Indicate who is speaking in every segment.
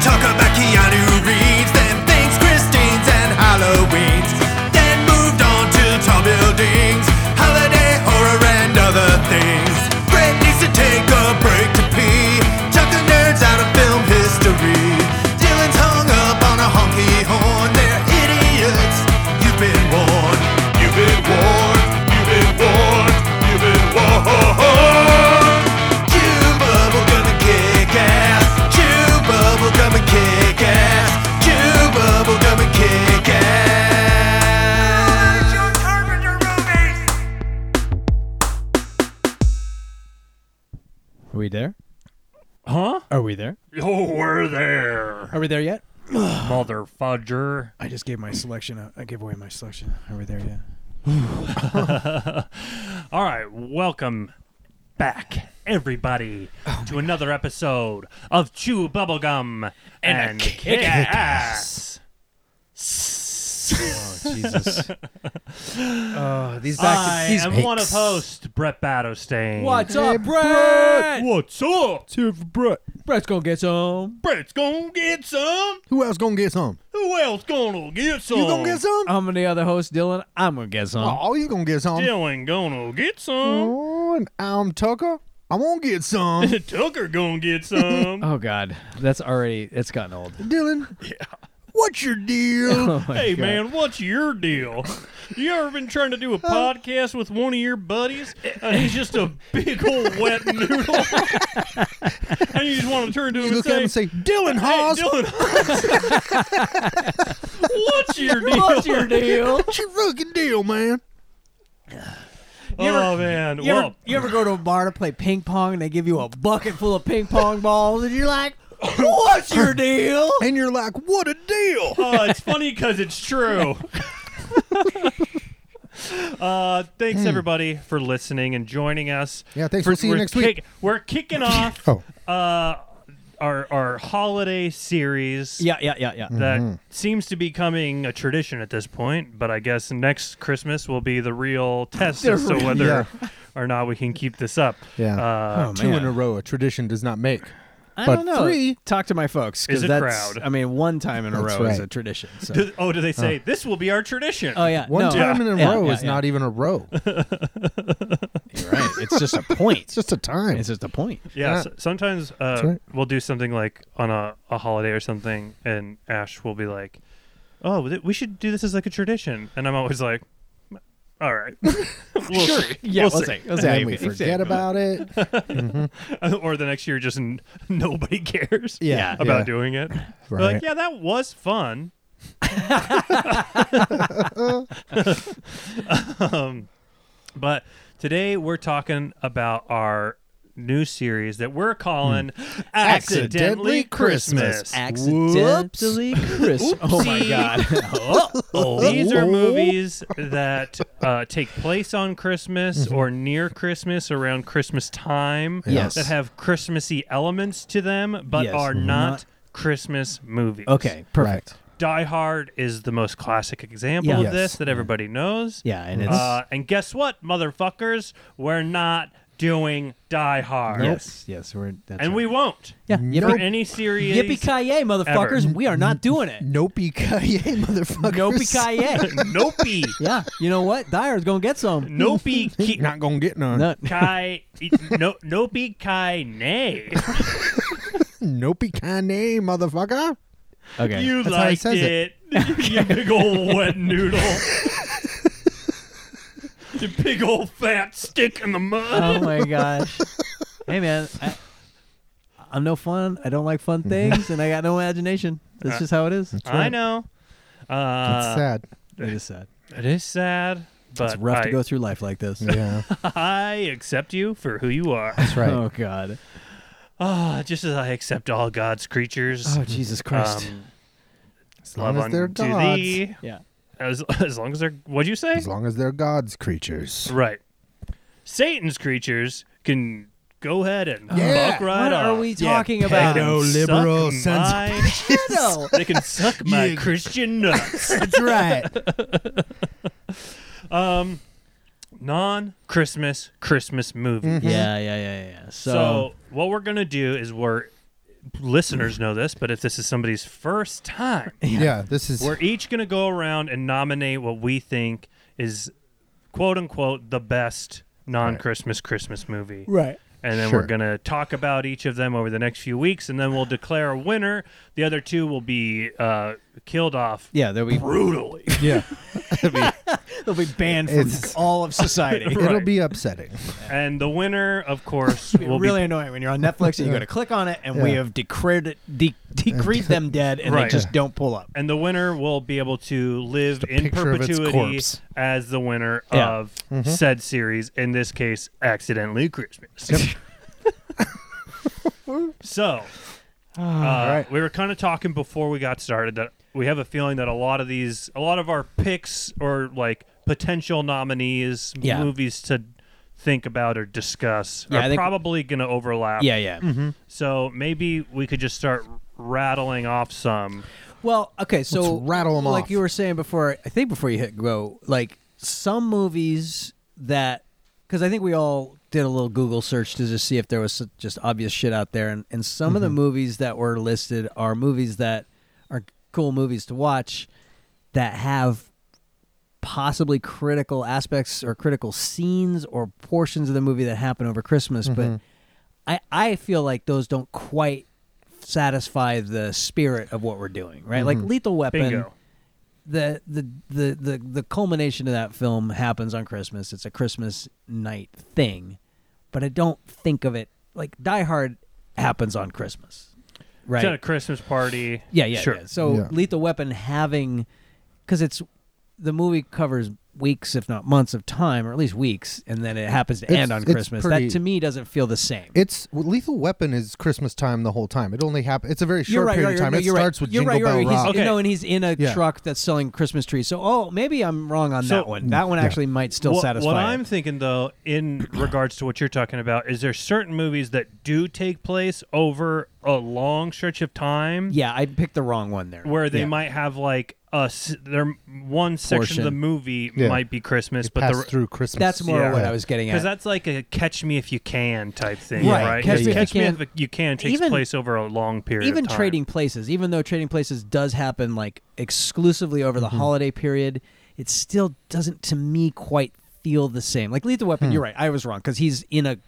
Speaker 1: talk about Keanu Reeves, then things, Christine's and Halloween's. Then moved on to tall buildings, holiday horror and other things. Brett needs to take a break to pee. Chuck the nerds out of film history. Dylan's hung up on a honky horn. They're idiots. You've been warned. You've been warned. You've been warned. You've been warned. Chew bubblegum and kick ass. Chew bubblegum and kick ass. Chew bubblegum and kick ass.
Speaker 2: Are we there?
Speaker 3: Huh?
Speaker 2: Are we there?
Speaker 3: Oh, we're there.
Speaker 2: Are we there yet?
Speaker 3: Mother fudger.
Speaker 2: I just gave my selection. Out. I gave away my selection. Are we there yet?
Speaker 3: All right, welcome back, everybody, to another episode of Chew Bubblegum and, Kick Ass.
Speaker 2: Oh Jesus! oh, these
Speaker 3: I
Speaker 2: back. These
Speaker 3: am one of hosts, Brett Battostain.
Speaker 2: What's up, Brett?
Speaker 3: What's up?
Speaker 2: Two for Brett. Brett's gonna get some.
Speaker 3: Brett's gonna get some.
Speaker 4: Who else gonna get some?
Speaker 3: Who else gonna get some?
Speaker 4: You gonna get some?
Speaker 2: I'm the other host, Dylan. I'm gonna get some.
Speaker 4: oh, you gonna get some?
Speaker 3: Dylan gonna get some.
Speaker 4: Oh, and I'm Tucker. I'm gonna get some.
Speaker 3: Tucker gonna get some.
Speaker 2: Oh God, that's already. It's gotten old.
Speaker 4: Dylan. Yeah. What's your deal?
Speaker 2: Oh, my
Speaker 3: Hey
Speaker 2: God.
Speaker 3: man, what's your deal? You ever been trying to do a podcast with one of your buddies, and he's just a big old wet noodle, and you just want to turn to
Speaker 4: you
Speaker 3: him and
Speaker 4: look
Speaker 3: say,
Speaker 4: at him and say, Dylan
Speaker 3: "Hey,
Speaker 4: Haas.
Speaker 3: Dylan Haas, what's your deal?
Speaker 2: What's your deal?
Speaker 4: What's your fucking deal, man?
Speaker 3: oh man,
Speaker 2: You
Speaker 3: well,
Speaker 2: ever, you ever go to a bar to play ping pong and they give you a bucket full of ping pong balls and you're like, "What's your deal?"
Speaker 4: And you're like, what a deal.
Speaker 3: Uh, it's funny because it's true. uh, thanks everybody for listening and joining us.
Speaker 4: Hmm. Yeah, thanks. We'll see you
Speaker 3: we're
Speaker 4: next week.
Speaker 3: kick- We're kicking off
Speaker 4: Oh.
Speaker 3: uh, our our holiday series.
Speaker 2: Yeah, yeah, yeah, yeah.
Speaker 3: That
Speaker 4: Mm-hmm.
Speaker 3: seems to be becoming a tradition at this point, but I guess next Christmas will be the real test as to whether or not we can keep this up.
Speaker 4: Yeah.
Speaker 3: Uh,
Speaker 2: Oh,
Speaker 4: Two
Speaker 2: man.
Speaker 4: in a row, a tradition does not make.
Speaker 2: I
Speaker 4: But
Speaker 2: don't know.
Speaker 4: three-
Speaker 2: talk to my folks
Speaker 3: Is
Speaker 2: because
Speaker 3: a
Speaker 2: that's.
Speaker 3: crowd.
Speaker 2: I mean, one time in a
Speaker 4: That's
Speaker 2: row is
Speaker 4: right.
Speaker 2: a tradition. So.
Speaker 3: do, oh, do they say this will be our tradition?
Speaker 2: oh yeah,
Speaker 4: One
Speaker 2: no,
Speaker 4: time
Speaker 2: yeah,
Speaker 4: in a
Speaker 2: yeah,
Speaker 4: row
Speaker 2: yeah,
Speaker 4: is
Speaker 2: yeah.
Speaker 4: not even a row. It's
Speaker 2: You're right. It's just a point.
Speaker 4: just a time.
Speaker 2: it's just a point.
Speaker 3: Yeah,
Speaker 4: Yeah.
Speaker 3: so- sometimes uh,
Speaker 4: right.
Speaker 3: we'll do something like on a, a holiday or something, and Ash will be like, "Oh, th- we should do this as like a tradition," and I'm always like, "All right, We'll see.
Speaker 2: Yeah,
Speaker 3: We'll
Speaker 2: we'll
Speaker 3: see.
Speaker 2: see. We'll
Speaker 4: and
Speaker 2: see how
Speaker 4: then
Speaker 2: you
Speaker 4: we
Speaker 2: feel.
Speaker 4: forget about it.
Speaker 3: or the next year just n- nobody cares
Speaker 4: Yeah,
Speaker 3: about
Speaker 4: yeah.
Speaker 3: doing it. We're
Speaker 4: Right.
Speaker 3: Like, yeah, that was fun. um, but today we're talking about our new series that we're calling Accidentally
Speaker 4: Hmm. Accidentally
Speaker 3: Christmas.
Speaker 4: Christmas.
Speaker 2: accidentally Chris. Oh my
Speaker 3: Oopsie.
Speaker 2: god.
Speaker 3: These are
Speaker 4: Oh.
Speaker 3: movies that uh, take place on Christmas or near Christmas, around Christmas time.
Speaker 2: Mm-hmm. Yes.
Speaker 3: That have Christmassy elements to them, but
Speaker 2: Yes,
Speaker 3: are not,
Speaker 2: not-
Speaker 3: Christmas movies.
Speaker 2: okay, perfect.
Speaker 4: Right.
Speaker 3: Die Hard is the most classic example
Speaker 2: Yeah.
Speaker 3: of
Speaker 2: Yes.
Speaker 3: this that everybody knows.
Speaker 2: Yeah, and it's
Speaker 3: Uh, and guess what, motherfuckers? We're not doing Die Hard.
Speaker 2: yes, yes, we're that's
Speaker 3: And
Speaker 2: right.
Speaker 3: we won't.
Speaker 2: yeah,
Speaker 3: For
Speaker 2: yippee,
Speaker 3: any series.
Speaker 2: yippee ki yay, motherfuckers! We are not doing it.
Speaker 4: Nopey kaye, motherfuckers.
Speaker 2: Nopey ki yay.
Speaker 3: Nopey.
Speaker 2: Yeah, you know what? Dyer's gonna get some.
Speaker 3: Nopey. Ki-
Speaker 4: Not gonna get none.
Speaker 2: No,
Speaker 3: Kai, no, no be Kai, nay.
Speaker 4: Nopey kaye, motherfucker.
Speaker 2: okay.
Speaker 3: You
Speaker 4: That's how he
Speaker 3: liked
Speaker 4: says
Speaker 3: it. you big old wet noodle. you big old fat stick in the mud.
Speaker 2: oh my gosh. Hey man, I, I'm no fun. I don't like fun things, and I got no imagination. That's just how it is.
Speaker 3: I know.
Speaker 4: That's
Speaker 3: Uh,
Speaker 4: sad.
Speaker 2: It is sad.
Speaker 3: it is sad, but
Speaker 2: It's rough
Speaker 3: I,
Speaker 2: to go through life like this.
Speaker 4: Yeah,
Speaker 3: I accept you for who you are.
Speaker 4: that's right.
Speaker 2: Oh God.
Speaker 3: Ah, just as I accept all God's creatures.
Speaker 2: Oh Jesus Christ.
Speaker 3: Um,
Speaker 4: as
Speaker 3: love
Speaker 4: long as they're
Speaker 3: unto
Speaker 4: gods.
Speaker 3: thee.
Speaker 2: yeah.
Speaker 3: As, as long as they're, what'd you say?
Speaker 4: As long as they're gods creatures.
Speaker 3: Right. Satan's creatures can go ahead and
Speaker 4: Yeah.
Speaker 3: fuck right
Speaker 2: What
Speaker 3: off.
Speaker 2: are we
Speaker 3: Yeah,
Speaker 2: talking
Speaker 3: they
Speaker 2: about?
Speaker 3: can
Speaker 4: Pedo-liberal
Speaker 3: suck
Speaker 4: sons of
Speaker 3: my-
Speaker 2: Pedo.
Speaker 3: They can suck my
Speaker 4: Yeah.
Speaker 3: Christian nuts.
Speaker 4: That's right.
Speaker 3: Um, non-Christmas Christmas movie.
Speaker 4: Mm-hmm.
Speaker 2: Yeah, yeah, yeah, yeah. So,
Speaker 3: So what we're gonna do is we're listeners know this, but if this is somebody's first time,
Speaker 4: Yeah, this is
Speaker 3: we're each going to go around and nominate what we think is quote unquote the best non-Christmas Christmas movie.
Speaker 2: Right.
Speaker 3: And then we're
Speaker 4: Sure.
Speaker 3: going to talk about each of them over the next few weeks and then we'll declare a winner. The other two will be uh, killed off
Speaker 2: Yeah, they'll be
Speaker 3: brutally.
Speaker 4: yeah. It'll be,
Speaker 2: they'll be banned from
Speaker 4: It's-
Speaker 2: all of society.
Speaker 4: it'll
Speaker 3: Right.
Speaker 4: be upsetting.
Speaker 3: And the winner, of course, will
Speaker 2: really
Speaker 3: be
Speaker 2: annoying when you're on Netflix and you go to click on it, and we
Speaker 4: Yeah.
Speaker 2: have declared it, de- decreed them dead, and they
Speaker 3: Right.
Speaker 2: just don't pull up.
Speaker 3: and the winner will be able to live in
Speaker 4: picture of its
Speaker 3: perpetuity
Speaker 4: corpse. Mm-hmm.
Speaker 3: as the winner
Speaker 2: Yeah.
Speaker 3: of said series. In this case, accidentally Christmas. so, uh,
Speaker 4: right.
Speaker 3: we were kind of talking before we got started that we have a feeling that a lot of these, a lot of our picks or like potential nominees,
Speaker 2: Yeah.
Speaker 3: movies to think about or discuss
Speaker 2: Yeah, I
Speaker 3: are
Speaker 2: think-
Speaker 3: probably going to overlap.
Speaker 2: Yeah, yeah.
Speaker 3: So maybe we could just start rattling off some.
Speaker 2: Well, okay, so
Speaker 4: rattle 'em
Speaker 2: like
Speaker 4: off.
Speaker 2: you were saying before. I think before you hit go, like some movies that because I think we all did a little Google search to just see if there was s- just obvious shit out there, and and some of the
Speaker 4: Mm-hmm.
Speaker 2: movies that were listed are movies that are cool movies to watch that have possibly critical aspects or critical scenes or portions of the movie that happen over Christmas, but I I feel like those don't quite satisfy the spirit of what we're doing, right? Like Lethal Weapon,
Speaker 3: Bingo.
Speaker 2: the the the the the culmination of that film happens on Christmas. It's a Christmas night thing, but I don't think of it like Die Hard happens on Christmas, right?
Speaker 3: It's at a Christmas party.
Speaker 2: Yeah, yeah,
Speaker 3: sure.
Speaker 2: yeah. So
Speaker 4: Yeah.
Speaker 2: Lethal Weapon having because it's the movie covers weeks, if not months, of time, or at least weeks, and then it happens to
Speaker 4: It's-
Speaker 2: end on
Speaker 4: it's
Speaker 2: Christmas.
Speaker 4: pretty-
Speaker 2: that to me doesn't feel the same.
Speaker 4: It's well, Lethal Weapon is Christmas time the whole time. It only happens. It's a very short
Speaker 2: you're right,
Speaker 4: period
Speaker 2: you're
Speaker 4: of time.
Speaker 2: right,
Speaker 4: it
Speaker 2: you're right,
Speaker 4: starts with
Speaker 2: you're
Speaker 4: Jingle
Speaker 2: right, you're
Speaker 4: Bell
Speaker 2: right. He's,
Speaker 4: Rock.
Speaker 3: Okay.
Speaker 2: No, and he's in a
Speaker 4: Yeah.
Speaker 2: truck that's selling Christmas trees. So, oh, maybe I'm wrong on
Speaker 3: So-
Speaker 2: that one. That one
Speaker 4: Yeah.
Speaker 2: actually might still
Speaker 3: what,
Speaker 2: satisfy.
Speaker 3: what
Speaker 2: it.
Speaker 3: I'm thinking, though, in regards to what you're talking about, is there's certain movies that do take place over a long stretch of time
Speaker 2: Yeah, I picked the wrong one there.
Speaker 3: where they
Speaker 2: Yeah.
Speaker 3: might have like a s- their one section
Speaker 2: Portion.
Speaker 3: of the movie
Speaker 4: Yeah.
Speaker 3: might be Christmas, but
Speaker 4: Pass
Speaker 3: the
Speaker 4: through Christmas.
Speaker 2: That's more
Speaker 3: Yeah.
Speaker 2: what I was getting at.
Speaker 3: because that's like a catch me if you can type thing,
Speaker 2: Right.
Speaker 3: right?
Speaker 2: Catch
Speaker 4: Me If You
Speaker 2: Can-
Speaker 3: if you can takes
Speaker 2: Even-
Speaker 3: place over a long period.
Speaker 2: even
Speaker 3: of time.
Speaker 2: trading places, even though trading places does happen like exclusively over
Speaker 3: Mm-hmm.
Speaker 2: the holiday period, it still doesn't to me quite feel the same. Like Lethal Weapon, you're right. I was wrong because he's in a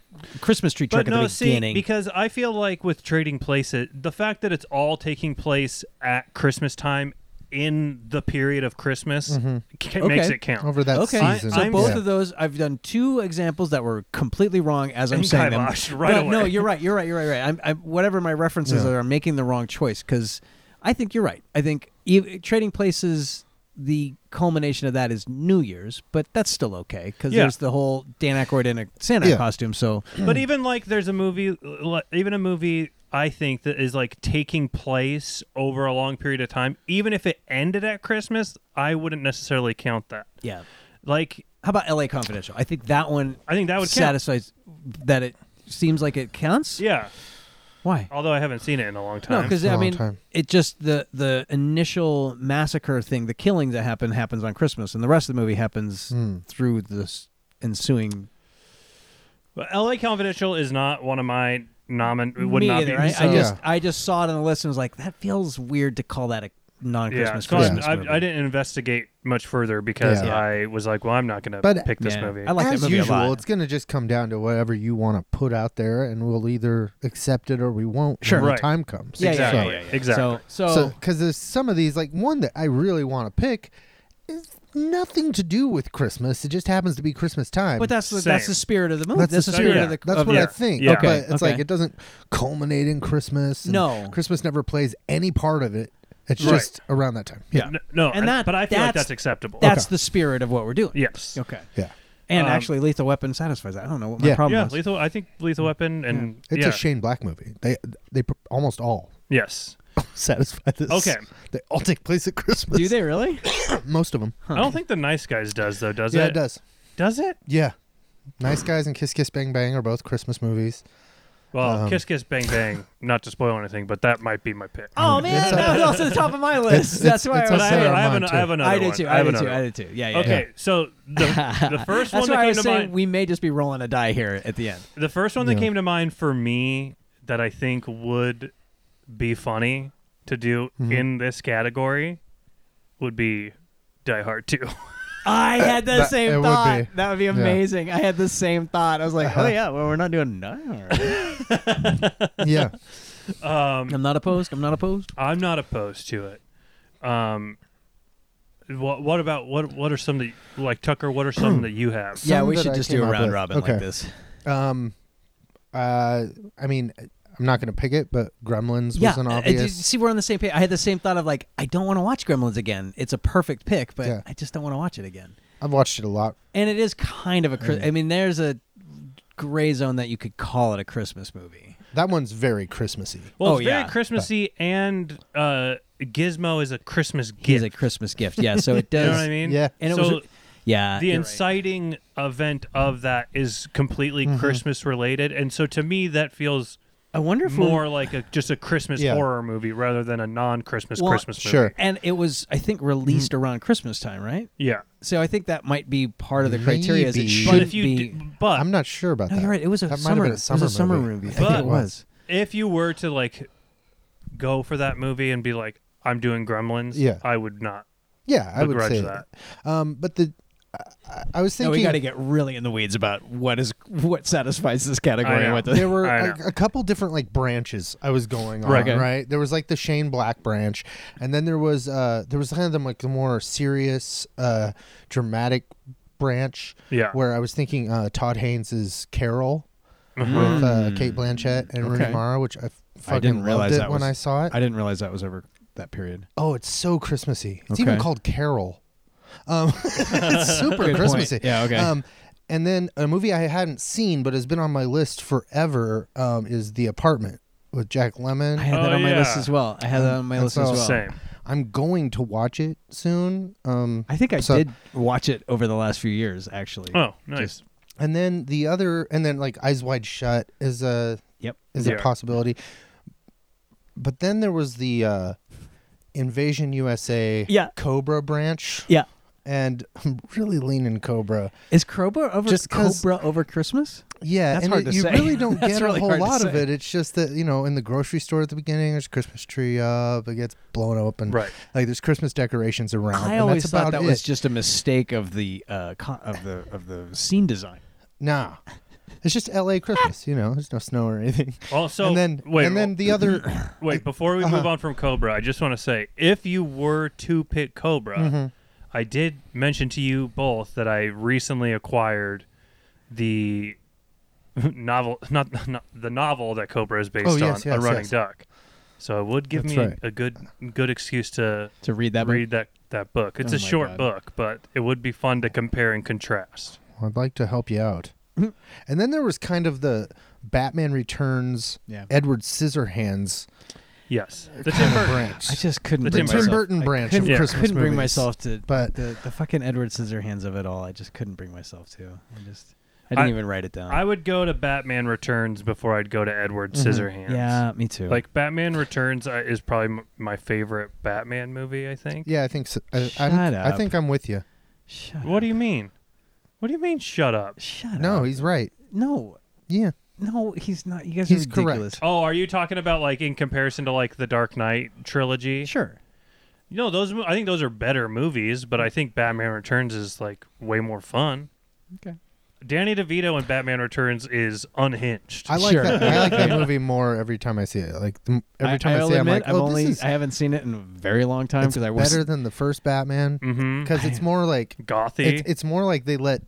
Speaker 2: Christmas tree truck
Speaker 3: Hmm. But no,
Speaker 2: at the beginning.
Speaker 3: see, because I feel like with trading places, the fact that it's all taking place at Christmas time in the period of Christmas ca- makes
Speaker 2: Mm-hmm. Okay.
Speaker 3: it count.
Speaker 4: over that
Speaker 2: okay,
Speaker 4: season.
Speaker 2: so
Speaker 3: I'm-
Speaker 2: both
Speaker 4: yeah.
Speaker 2: of those, I've done two examples that were completely wrong as I'm
Speaker 3: And
Speaker 2: saying them.
Speaker 3: kiboshed right
Speaker 2: But No,
Speaker 3: away.
Speaker 2: you're right. You're right. You're right. Right. I'm, I'm, whatever my references
Speaker 4: Yeah.
Speaker 2: are, I'm making the wrong choice because I think you're right. I think ev- trading places. The culmination of that is New Year's, but that's still okay because
Speaker 3: Yeah.
Speaker 2: there's the whole Dan Aykroyd in a Santa
Speaker 4: Yeah.
Speaker 2: costume. So
Speaker 3: But even like there's a movie, li- even a movie I think that is like taking place over a long period of time. Even if it ended at Christmas, I wouldn't necessarily count that.
Speaker 2: yeah,
Speaker 3: Like
Speaker 2: how about L.A. Confidential? I think that one
Speaker 3: I think that would count.
Speaker 2: satisfies that it seems like it counts.
Speaker 3: Yeah,
Speaker 2: Why?
Speaker 3: although I haven't seen it in a long
Speaker 2: No,
Speaker 3: time.
Speaker 2: because
Speaker 4: a
Speaker 2: I
Speaker 4: long
Speaker 2: mean,
Speaker 4: time.
Speaker 2: it just the the initial massacre thing, the killing that happened happens on Christmas, and the rest of the movie happens
Speaker 4: Hmm.
Speaker 2: through this ensuing.
Speaker 3: But L.A. Confidential is not one of my nomin. Would
Speaker 2: Me
Speaker 3: not
Speaker 2: either.
Speaker 3: be.
Speaker 2: I, I
Speaker 3: so-
Speaker 2: just I just saw it on the list and was like, that feels weird to call that a
Speaker 3: Yeah,
Speaker 2: non-Christmas
Speaker 3: so
Speaker 2: Christmas
Speaker 3: I,
Speaker 2: movie.
Speaker 3: I, I didn't investigate much further because
Speaker 4: Yeah.
Speaker 3: I was like, well, I'm not going to
Speaker 4: But-
Speaker 3: pick this
Speaker 2: Yeah.
Speaker 3: movie.
Speaker 2: I like that
Speaker 4: As
Speaker 2: movie a
Speaker 4: usual,
Speaker 2: lot.
Speaker 4: it's going to just come down to whatever you want to put out there, and we'll either accept it or we won't
Speaker 2: Sure.
Speaker 4: when
Speaker 3: Right.
Speaker 4: the time comes.
Speaker 2: Yeah, yeah,
Speaker 3: exactly.
Speaker 2: yeah, yeah, yeah.
Speaker 3: Exactly.
Speaker 2: So so,
Speaker 4: So, because there's some of these, like one that I really want to pick, is nothing to do with Christmas. It just happens to be Christmas time.
Speaker 2: but that's the,
Speaker 3: Same.
Speaker 2: that's the spirit of the movie. That's, the
Speaker 3: same-
Speaker 2: spirit
Speaker 3: yeah.
Speaker 2: of the.
Speaker 4: that's
Speaker 2: of
Speaker 4: what
Speaker 2: the-
Speaker 4: I think.
Speaker 3: Yeah.
Speaker 4: but
Speaker 2: Okay,
Speaker 4: it's
Speaker 2: okay.
Speaker 4: like it doesn't culminate in Christmas. and
Speaker 2: No.
Speaker 4: Christmas never plays any part of it. It's
Speaker 3: Right.
Speaker 4: just around that time. Yeah,
Speaker 3: N- no,
Speaker 2: And
Speaker 3: and
Speaker 2: that-
Speaker 3: but I feel like
Speaker 2: that's-
Speaker 3: that's acceptable.
Speaker 2: That's the spirit of what we're doing.
Speaker 3: yes.
Speaker 2: Okay.
Speaker 4: yeah.
Speaker 2: And
Speaker 3: Um,
Speaker 2: actually, Lethal Weapon satisfies that. I don't know what my
Speaker 4: Yeah.
Speaker 2: problem
Speaker 3: Yeah,
Speaker 2: was.
Speaker 3: lethal. I think Lethal Weapon and
Speaker 4: It's
Speaker 3: yeah.
Speaker 4: a Shane Black movie. They they pr- almost all
Speaker 3: Yes,
Speaker 4: satisfy this.
Speaker 3: Okay.
Speaker 4: they all take place at Christmas.
Speaker 2: Do they really?
Speaker 4: Most of them.
Speaker 3: I don't think the Nice Guys does though. Does
Speaker 4: yeah,
Speaker 3: it?
Speaker 4: it does.
Speaker 3: Does it?
Speaker 4: Yeah. Nice Guys and Kiss Kiss Bang Bang are both Christmas movies.
Speaker 3: Well,
Speaker 2: Um,
Speaker 3: Kiss Kiss Bang Bang. not to spoil anything, but that might be my pick.
Speaker 2: Oh man, that was also the top of my list.
Speaker 4: It's-
Speaker 2: That's
Speaker 4: it's-
Speaker 2: why
Speaker 4: it's
Speaker 2: I
Speaker 3: but
Speaker 2: was
Speaker 4: also
Speaker 3: I,
Speaker 4: on
Speaker 3: I, have
Speaker 4: mine,
Speaker 3: an, I
Speaker 4: too.
Speaker 3: have another
Speaker 2: I did
Speaker 3: one.
Speaker 2: too.
Speaker 3: I
Speaker 2: I
Speaker 3: have
Speaker 2: did
Speaker 3: another
Speaker 2: too. I
Speaker 3: one.
Speaker 2: did too. Yeah, yeah.
Speaker 3: Okay,
Speaker 2: yeah.
Speaker 3: so the the first
Speaker 2: That's
Speaker 3: one that
Speaker 2: why I
Speaker 3: came
Speaker 2: was
Speaker 3: to
Speaker 2: saying
Speaker 3: mind.
Speaker 2: we may just be rolling a die here at the end.
Speaker 3: The first one that
Speaker 4: Yeah.
Speaker 3: came to mind for me that I think would be funny to do
Speaker 2: Mm-hmm.
Speaker 3: in this category would be Die Hard 2.
Speaker 2: I had the
Speaker 4: That- it
Speaker 2: same
Speaker 4: would
Speaker 2: thought.
Speaker 4: be.
Speaker 2: That would be
Speaker 4: Yeah.
Speaker 2: amazing. I had the same thought. I was like, oh
Speaker 4: Uh-huh.
Speaker 2: yeah, well, we're not doing that.
Speaker 4: yeah.
Speaker 3: Um,
Speaker 2: I'm not opposed. I'm not opposed.
Speaker 3: I'm not opposed to it. Um, what what about what what are some that like Tucker? What are some that you have?
Speaker 2: yeah,
Speaker 4: Some
Speaker 2: we
Speaker 4: that
Speaker 2: should
Speaker 4: I
Speaker 2: just
Speaker 4: came
Speaker 2: do a
Speaker 4: up
Speaker 2: round
Speaker 4: with.
Speaker 2: robin
Speaker 4: Okay.
Speaker 2: like this.
Speaker 4: Um, uh, I mean, I'm not gonna pick it, but Gremlins
Speaker 2: yeah,
Speaker 4: was an
Speaker 2: uh,
Speaker 4: obvious.
Speaker 2: did you see, we're on the same page. I had the same thought of like, I don't want to watch Gremlins again. It's a perfect pick, but
Speaker 4: Yeah.
Speaker 2: I just don't want to watch it again.
Speaker 4: I've watched it a lot.
Speaker 2: And it is kind of a. Chris- I mean, there's a gray zone that you could call it a Christmas movie.
Speaker 4: That one's very Christmassy.
Speaker 3: Well,
Speaker 2: Oh,
Speaker 3: it's very
Speaker 2: yeah.
Speaker 3: Christmassy, and uh, Gizmo is a Christmas
Speaker 2: He's
Speaker 3: gift.
Speaker 2: a Christmas gift. Yeah, so it does.
Speaker 3: you know what I mean?
Speaker 4: Yeah.
Speaker 2: And it
Speaker 3: so
Speaker 2: was. Yeah.
Speaker 3: the
Speaker 2: you're right.
Speaker 3: inciting event of that is completely
Speaker 2: Mm-hmm.
Speaker 3: Christmas related, and so to me that feels
Speaker 2: I wonder if we'll-
Speaker 3: more like a just a Christmas
Speaker 4: Yeah.
Speaker 3: horror movie rather than a non-Christmas
Speaker 2: Well,
Speaker 3: Christmas movie.
Speaker 4: Sure.
Speaker 2: And it was, I think, released
Speaker 3: Mm-hmm.
Speaker 2: around Christmas time, right?
Speaker 3: Yeah.
Speaker 2: So I think that might be part of the criteria. Is it
Speaker 4: Maybe.
Speaker 2: should
Speaker 4: But
Speaker 3: But if you
Speaker 2: be.
Speaker 3: d- but
Speaker 4: I'm not sure about
Speaker 2: no,
Speaker 4: that.
Speaker 2: you're right. It was a
Speaker 4: That might have
Speaker 2: summer.
Speaker 4: been a
Speaker 2: it
Speaker 4: summer
Speaker 2: was a summer
Speaker 4: movie.
Speaker 2: movie.
Speaker 4: I
Speaker 2: I think
Speaker 3: But-
Speaker 2: it was.
Speaker 3: if you were to like go for that movie and be like, I'm doing Gremlins,
Speaker 4: Yeah.
Speaker 3: I would not.
Speaker 4: Yeah, I would
Speaker 3: Begrudge
Speaker 4: say
Speaker 3: that.
Speaker 4: Um, but the I, I was
Speaker 2: No,
Speaker 4: thinking
Speaker 2: we got to get really in the weeds about what is what satisfies this
Speaker 3: I
Speaker 2: category.
Speaker 3: know.
Speaker 2: and What the,
Speaker 4: there were
Speaker 3: I
Speaker 4: a,
Speaker 3: know.
Speaker 4: a couple different like branches I was going on.
Speaker 2: Right.
Speaker 4: Right,
Speaker 2: Okay.
Speaker 4: there was like the Shane Black branch, and then there was uh there was kind of the, like the more serious, uh, dramatic branch.
Speaker 3: Yeah.
Speaker 4: where I was thinking uh, Todd Haynes's Carol with uh, Kate Blanchett and
Speaker 2: Hmm. Okay.
Speaker 4: Rooney Mara, which I fucking
Speaker 2: I didn't realize
Speaker 4: loved it
Speaker 2: that
Speaker 4: when
Speaker 2: was-
Speaker 4: I saw it.
Speaker 2: I didn't realize that was over that period.
Speaker 4: Oh, it's so Christmassy. It's
Speaker 2: Okay.
Speaker 4: even called Carol. Um, it's super
Speaker 2: Good
Speaker 4: Christmassy.
Speaker 2: point. Yeah, okay.
Speaker 4: Um, and then a movie I hadn't seen but has been on my list forever um, is The Apartment with Jack Lemmon.
Speaker 2: I had that
Speaker 3: Oh,
Speaker 2: on my list
Speaker 3: yeah.
Speaker 2: as well. I had that on my
Speaker 4: And
Speaker 2: list
Speaker 4: so-
Speaker 2: as well.
Speaker 3: Same.
Speaker 4: I'm going to watch it soon. Um,
Speaker 2: I think I
Speaker 4: So-
Speaker 2: did watch it over the last few years, actually.
Speaker 3: Oh, nice.
Speaker 4: and then the other, and then like Eyes Wide Shut is a
Speaker 2: Yep.
Speaker 4: is
Speaker 3: Yeah.
Speaker 4: a possibility. But then there was the uh, Invasion USA
Speaker 2: Yeah.
Speaker 4: Cobra branch,
Speaker 2: Yeah.
Speaker 4: and I'm really leaning Cobra.
Speaker 2: Is Cobra over
Speaker 4: Just 'cause-
Speaker 2: Cobra over Christmas?
Speaker 4: Yeah,
Speaker 2: That's
Speaker 4: and
Speaker 2: hard
Speaker 4: it-
Speaker 2: to
Speaker 4: you
Speaker 2: say.
Speaker 4: really don't
Speaker 2: That's
Speaker 4: get
Speaker 2: really
Speaker 4: a whole
Speaker 2: hard to
Speaker 4: lot of
Speaker 2: say.
Speaker 4: it. It's just that you know, in the grocery store at the beginning, there's a Christmas tree up, it gets blown up, and
Speaker 3: Right.
Speaker 4: like there's Christmas decorations around.
Speaker 2: I
Speaker 4: Uh, and
Speaker 2: always
Speaker 4: that's
Speaker 2: thought
Speaker 4: about
Speaker 2: that
Speaker 4: it.
Speaker 2: was just a mistake of the uh, con- of the of the scene design.
Speaker 4: nah. It's just L.A. Christmas, you know. There's no snow or anything.
Speaker 3: Also,
Speaker 4: and then,
Speaker 3: wait,
Speaker 2: oh,
Speaker 4: and then the other, Uh-huh.
Speaker 3: wait. Before we move on from Cobra, I just want to say, if you were to pick Cobra,
Speaker 4: Mm-hmm.
Speaker 3: I did mention to you both that I recently acquired the novel, not, not the novel that Cobra is based
Speaker 4: Oh, yes,
Speaker 3: on,
Speaker 4: yes,
Speaker 3: A Running
Speaker 4: yes.
Speaker 3: Duck. So it would give
Speaker 4: That's
Speaker 3: me
Speaker 4: right.
Speaker 3: a good good excuse to
Speaker 2: To read that book?
Speaker 3: read that that book. It's
Speaker 2: Oh
Speaker 3: a
Speaker 2: my
Speaker 3: short
Speaker 2: God.
Speaker 3: book, but it would be fun to compare and contrast.
Speaker 4: I'd like to help you out.
Speaker 2: Mm-hmm.
Speaker 4: and then there was kind of the Batman Returns,
Speaker 2: Yeah.
Speaker 4: Edward Scissorhands
Speaker 3: Yes, the Tim Burton.
Speaker 4: branch.
Speaker 2: I just couldn't.
Speaker 3: The
Speaker 2: bring
Speaker 3: Tim Burton.
Speaker 2: myself-
Speaker 4: Burton
Speaker 2: I
Speaker 4: branch
Speaker 2: couldn't,
Speaker 4: of
Speaker 2: yeah.
Speaker 4: Christmas
Speaker 2: couldn't bring
Speaker 4: movies.
Speaker 2: myself to.
Speaker 4: But-
Speaker 2: the, the fucking Edward Scissorhands of it all, I just couldn't bring myself to. I just. I didn't
Speaker 3: I-
Speaker 2: even write it down.
Speaker 3: I would go to Batman Returns before I'd go to Edward Scissorhands.
Speaker 2: Mm-hmm. yeah, me too.
Speaker 3: Like Batman Returns uh, is probably m- my favorite Batman movie. I think.
Speaker 4: yeah, I think so. I,
Speaker 2: Shut
Speaker 4: I'm,
Speaker 2: up.
Speaker 4: I think I'm with you.
Speaker 2: shut
Speaker 3: What
Speaker 2: up.
Speaker 3: do you mean? What do you mean? Shut up.
Speaker 2: Shut
Speaker 4: No,
Speaker 2: up.
Speaker 4: he's right.
Speaker 2: No,
Speaker 4: Yeah.
Speaker 2: no, he's not. You guys
Speaker 4: He's
Speaker 2: are
Speaker 4: correct.
Speaker 2: ridiculous.
Speaker 3: Oh, are you talking about like in comparison to like the Dark Knight trilogy?
Speaker 2: Sure.
Speaker 3: You know those. mo- I think those are better movies, but
Speaker 2: Mm.
Speaker 3: I think Batman Returns is like way more fun.
Speaker 2: Okay.
Speaker 3: Danny DeVito in Batman Returns is unhinged.
Speaker 4: I like
Speaker 2: Sure.
Speaker 4: that. I like that movie more every time I see it. Like the, m- every time I,
Speaker 2: will
Speaker 4: see it, I'm
Speaker 2: admit,
Speaker 4: like,
Speaker 2: I've
Speaker 4: oh,
Speaker 2: only,
Speaker 4: this is
Speaker 2: I haven't seen it in a very long time
Speaker 4: it's
Speaker 2: because I was
Speaker 4: better than the first Batman
Speaker 3: mm-hmm.
Speaker 4: because it's more like
Speaker 3: Gothy.
Speaker 4: it's it's more like they let,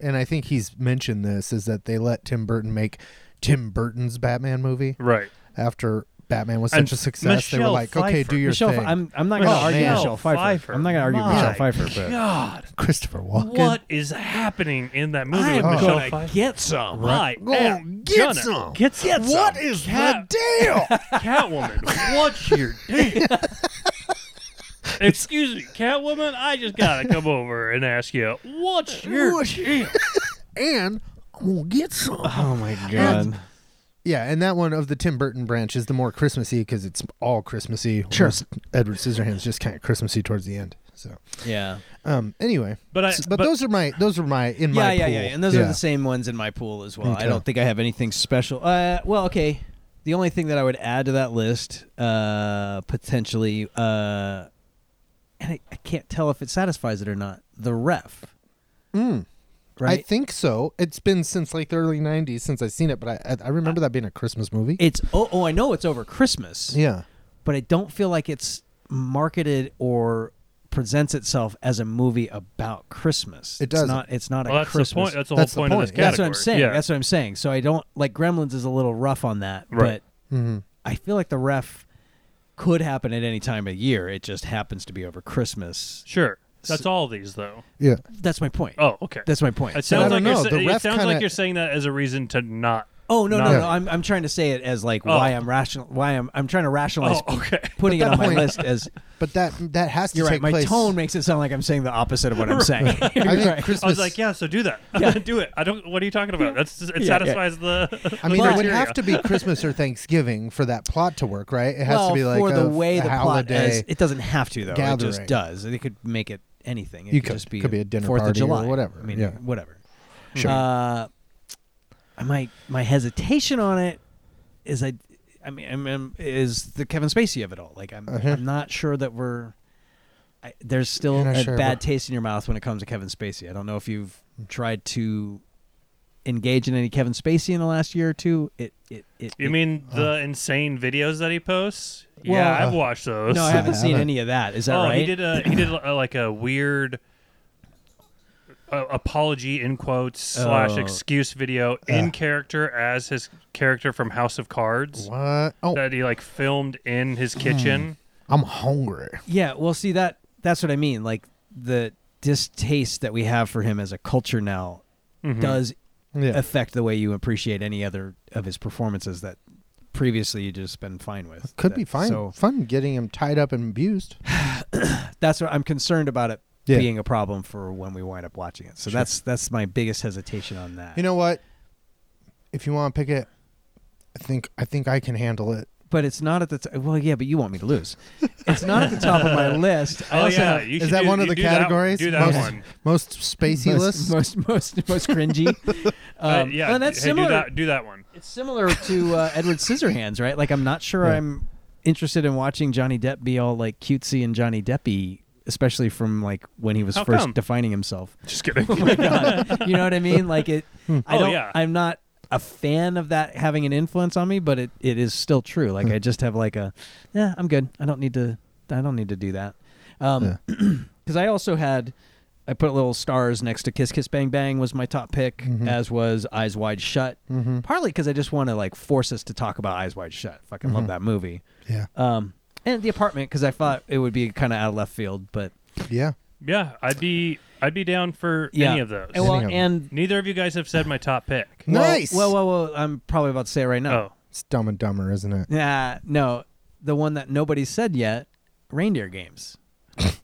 Speaker 4: and I think he's mentioned this is that they let Tim Burton make Tim Burton's Batman movie
Speaker 3: right.
Speaker 4: after Batman was such
Speaker 3: And
Speaker 4: a success. they were
Speaker 3: Michelle
Speaker 4: like, okay,
Speaker 3: Pfeiffer.
Speaker 4: do your
Speaker 2: Michelle,
Speaker 4: thing.
Speaker 2: I'm, I'm not going to
Speaker 4: Oh,
Speaker 2: argue
Speaker 4: man.
Speaker 2: Michelle Pfeiffer.
Speaker 3: Pfeiffer.
Speaker 2: I'm not going to argue
Speaker 3: My
Speaker 2: Michelle Pfeiffer, but
Speaker 3: God.
Speaker 4: Christopher Walken.
Speaker 3: What is happening in that movie with
Speaker 4: am
Speaker 3: Michelle
Speaker 4: gonna
Speaker 3: Pfeiffer?
Speaker 2: get some.
Speaker 3: I am gonna Get some.
Speaker 4: is
Speaker 3: Cat-
Speaker 4: the deal?
Speaker 3: Catwoman? What's your deal? Excuse me, Catwoman. I just gotta come over and ask you, what's your deal?
Speaker 4: and I'm gonna get some.
Speaker 2: Oh my god.
Speaker 4: Yeah, and that one of the Tim Burton branch is the more Christmassy because it's all Christmassy.
Speaker 2: Sure.
Speaker 4: whereas Edward Scissorhands just kind of Christmassy towards the end. So,
Speaker 2: Yeah.
Speaker 4: um, anyway,
Speaker 3: But I-
Speaker 4: S- but,
Speaker 3: but-
Speaker 4: those are my those are my in
Speaker 2: Yeah,
Speaker 4: my
Speaker 2: yeah,
Speaker 4: pool.
Speaker 2: yeah, yeah. And those are the same ones in my pool as well. I
Speaker 4: Okay.
Speaker 2: don't think I have anything special. Uh, well, okay. The only thing that I would add to that list, uh, potentially, uh, and I, I can't tell if it satisfies it or not. The ref, right?
Speaker 4: I think so. It's been since like the early '90s since I've seen it, but I I, I remember that being a Christmas movie.
Speaker 2: it's oh, oh, I know it's over Christmas,
Speaker 4: yeah,
Speaker 2: but I don't feel like it's marketed or presents itself as a movie about Christmas.
Speaker 4: It
Speaker 2: It's
Speaker 4: doesn't.
Speaker 2: not. It's not
Speaker 3: Well,
Speaker 2: a
Speaker 3: that's
Speaker 2: Christmas.
Speaker 3: the point. That's the
Speaker 4: That's the
Speaker 3: whole point, of this
Speaker 4: point.
Speaker 3: category.
Speaker 2: That's what I'm saying.
Speaker 3: Yeah.
Speaker 2: That's what I'm saying. So I don't like Gremlins is a little rough on that,
Speaker 3: Right.
Speaker 2: but
Speaker 4: Mm-hmm.
Speaker 2: I feel like the ref could happen at any time of year. It just happens to be over Christmas.
Speaker 3: sure. That's all these though.
Speaker 4: yeah.
Speaker 2: That's my point.
Speaker 3: Oh, okay.
Speaker 2: That's my point.
Speaker 3: It
Speaker 2: So-
Speaker 4: I
Speaker 3: sounds
Speaker 4: don't
Speaker 3: like you're
Speaker 4: know.
Speaker 3: sa-
Speaker 4: The
Speaker 3: it
Speaker 4: ref
Speaker 3: sounds
Speaker 4: kinda-
Speaker 3: like you're saying that as a reason to not.
Speaker 2: oh no, no,
Speaker 3: not-
Speaker 2: no. I'm I'm trying to say it as like
Speaker 3: Oh.
Speaker 2: why I'm rational. Why I'm I'm trying to rationalize.
Speaker 3: Oh, okay.
Speaker 2: Putting it
Speaker 4: But that
Speaker 2: on my
Speaker 4: point-
Speaker 2: list as
Speaker 4: But that that has to
Speaker 2: you're right.
Speaker 4: take
Speaker 2: My
Speaker 4: place.
Speaker 2: tone makes it sound like I'm saying the opposite of what I'm saying.
Speaker 4: I think
Speaker 2: Right.
Speaker 4: Christmas.
Speaker 3: I was like, yeah, so do that. do it. I don't. What are you talking about? That's it.
Speaker 2: Yeah, yeah.
Speaker 3: satisfies the.
Speaker 4: I mean,
Speaker 2: But-
Speaker 4: it would have to be Christmas or Thanksgiving for that plot to work, right? It has
Speaker 2: well,
Speaker 4: to be like
Speaker 2: for
Speaker 4: a,
Speaker 2: the way
Speaker 4: a
Speaker 2: the plot
Speaker 4: holiday.
Speaker 2: is, it doesn't have to though. It
Speaker 4: gathering.
Speaker 2: just does. It could make it anything. It
Speaker 4: You
Speaker 2: could,
Speaker 4: could.
Speaker 2: just be
Speaker 4: Could be a dinner
Speaker 2: Fourth of
Speaker 4: party or
Speaker 2: July,
Speaker 4: whatever.
Speaker 2: I mean,
Speaker 4: Yeah.
Speaker 2: whatever.
Speaker 4: Sure.
Speaker 2: Uh, my my hesitation on it is I, I mean, I'm, I'm- is the Kevin Spacey of it all. Like I'm,
Speaker 4: Uh-huh.
Speaker 2: I'm not sure that we're. I, there's still
Speaker 4: You're not
Speaker 2: a
Speaker 4: sure Hmm.
Speaker 2: bad
Speaker 4: about-
Speaker 2: taste in your mouth when it comes to Kevin Spacey. I don't know if you've tried to engage in any Kevin Spacey in the last year or two. It it it.
Speaker 3: You
Speaker 2: it-
Speaker 3: mean the insane videos that he posts?
Speaker 2: Uh.
Speaker 3: yeah,
Speaker 2: Well,
Speaker 3: I've watched those.
Speaker 2: No, I haven't
Speaker 4: I
Speaker 2: seen
Speaker 4: haven't.
Speaker 2: any of that. Is that
Speaker 3: oh,
Speaker 2: right?
Speaker 3: he did a he did a, like a weird uh, apology in quotes slash
Speaker 2: Oh.
Speaker 3: excuse video in character as his character from House of Cards
Speaker 4: what? Oh,
Speaker 3: that he like filmed in his
Speaker 2: Hmm.
Speaker 3: kitchen.
Speaker 4: I'm hungry.
Speaker 2: Yeah, well, see that that's what I mean. Like the distaste that we have for him as a culture now
Speaker 3: Mm-hmm.
Speaker 2: does
Speaker 4: Yeah.
Speaker 2: affect the way you appreciate any other of his performances that previously you just been fine with.
Speaker 4: Could
Speaker 2: That-
Speaker 4: be fine.
Speaker 2: So
Speaker 4: Fun getting him tied up and abused.
Speaker 2: that's what I'm concerned about it
Speaker 4: Yeah.
Speaker 2: being a problem for when we wind up watching it. So that's that's my biggest hesitation on that.
Speaker 4: You know what? If you want to pick it, I think I think I can handle it.
Speaker 2: but it's not at the t- well, yeah. But you want me to lose. It's not at the top of my list. I
Speaker 3: oh
Speaker 2: also
Speaker 3: yeah,
Speaker 2: have-
Speaker 3: you
Speaker 4: Is
Speaker 3: should
Speaker 4: that
Speaker 3: do-
Speaker 4: one of
Speaker 3: you
Speaker 4: the
Speaker 3: do that-
Speaker 4: categories?
Speaker 3: do that
Speaker 4: most,
Speaker 3: one.
Speaker 4: Most spacey
Speaker 2: most,
Speaker 4: lists.
Speaker 2: most most most cringy.
Speaker 3: Uh,
Speaker 2: Um,
Speaker 3: yeah,
Speaker 2: and that's
Speaker 3: hey,
Speaker 2: similar.
Speaker 3: Do that, do that one.
Speaker 2: It's similar to uh, Edward Scissorhands, right? Like I'm not sure
Speaker 4: Yeah.
Speaker 2: I'm interested in watching Johnny Depp be all like cutesy and Johnny Deppy, especially from like when he was
Speaker 3: How
Speaker 2: first
Speaker 3: come?
Speaker 2: defining himself.
Speaker 3: Just kidding.
Speaker 2: God, you know what I mean? Like it. I
Speaker 3: Oh,
Speaker 2: don't.
Speaker 3: yeah.
Speaker 2: I'm not a fan of that having an influence on me, but it, it is still true. Like I just have like a, yeah, I'm good. I don't need to. I don't need to do that. Um, because I also had. I put little stars next to Kiss Kiss Bang Bang was my top pick, as was Eyes Wide Shut.
Speaker 4: Mm-hmm.
Speaker 2: Partly because I just want to like force us to talk about Eyes Wide Shut. Fucking
Speaker 4: Mm-hmm.
Speaker 2: love that movie.
Speaker 4: yeah.
Speaker 2: Um, and The Apartment because I thought it would be kind of out of left field, but
Speaker 4: yeah.
Speaker 3: yeah, I'd be I'd be down for
Speaker 2: yeah.
Speaker 3: any of those.
Speaker 2: And, well,
Speaker 4: Any of them.
Speaker 2: and
Speaker 3: Neither of you guys have said my top pick.
Speaker 2: Well,
Speaker 4: nice.
Speaker 2: Well, well, well. I'm probably about to say it right now.
Speaker 3: Oh,
Speaker 4: it's Dumb and Dumber, isn't it?
Speaker 2: Nah, no. The one that nobody said yet, reindeer games.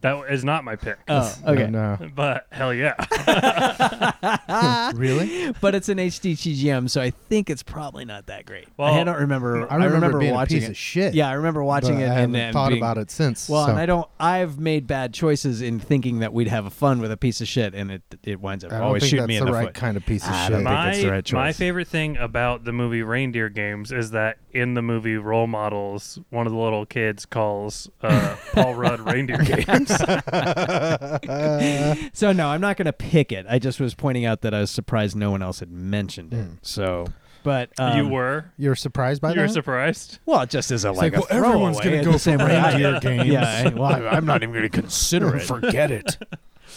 Speaker 3: that is not my pick.
Speaker 2: Oh, okay.
Speaker 4: No,
Speaker 3: But hell yeah.
Speaker 2: Uh,
Speaker 4: no. really?
Speaker 2: Ah, But it's an HD TGM, so I think it's probably not that great.
Speaker 3: Well,
Speaker 2: I don't remember.
Speaker 4: I remember, being
Speaker 2: watching
Speaker 4: a piece
Speaker 2: it.
Speaker 4: of shit.
Speaker 2: Yeah, I remember
Speaker 4: but
Speaker 2: watching
Speaker 4: I
Speaker 2: it and,
Speaker 4: haven't
Speaker 2: and
Speaker 4: thought
Speaker 2: being-
Speaker 4: about it since.
Speaker 2: Well,
Speaker 4: so.
Speaker 2: and I don't. I've made bad choices in thinking that we'd have fun with a piece of shit, and it it winds up
Speaker 4: I don't
Speaker 2: always
Speaker 4: think
Speaker 2: shooting
Speaker 4: that's
Speaker 2: me in
Speaker 4: the
Speaker 2: the
Speaker 4: right
Speaker 2: foot.
Speaker 4: kind of piece of
Speaker 2: I
Speaker 4: shit.
Speaker 2: don't think it's the right
Speaker 3: my
Speaker 2: choice.
Speaker 3: favorite thing about the movie Reindeer Games is that in the movie Role Models, one of the little kids calls uh, Paul Rudd Reindeer Games.
Speaker 2: So no, I'm not going to pick it. I just was pointing out that I was surprised no one else had mentioned
Speaker 4: Hmm.
Speaker 2: it. So, but um,
Speaker 3: you were
Speaker 4: You're surprised by
Speaker 3: you were
Speaker 4: that?
Speaker 3: surprised.
Speaker 2: Well, just as a like,
Speaker 5: like,
Speaker 2: a
Speaker 5: well, everyone's
Speaker 2: throwaway
Speaker 5: gonna
Speaker 2: at
Speaker 5: go
Speaker 2: the same
Speaker 5: for
Speaker 2: rate. I-
Speaker 5: reindeer games.
Speaker 2: Yeah, I- well, I,
Speaker 5: I'm not even going to consider it. Forget it.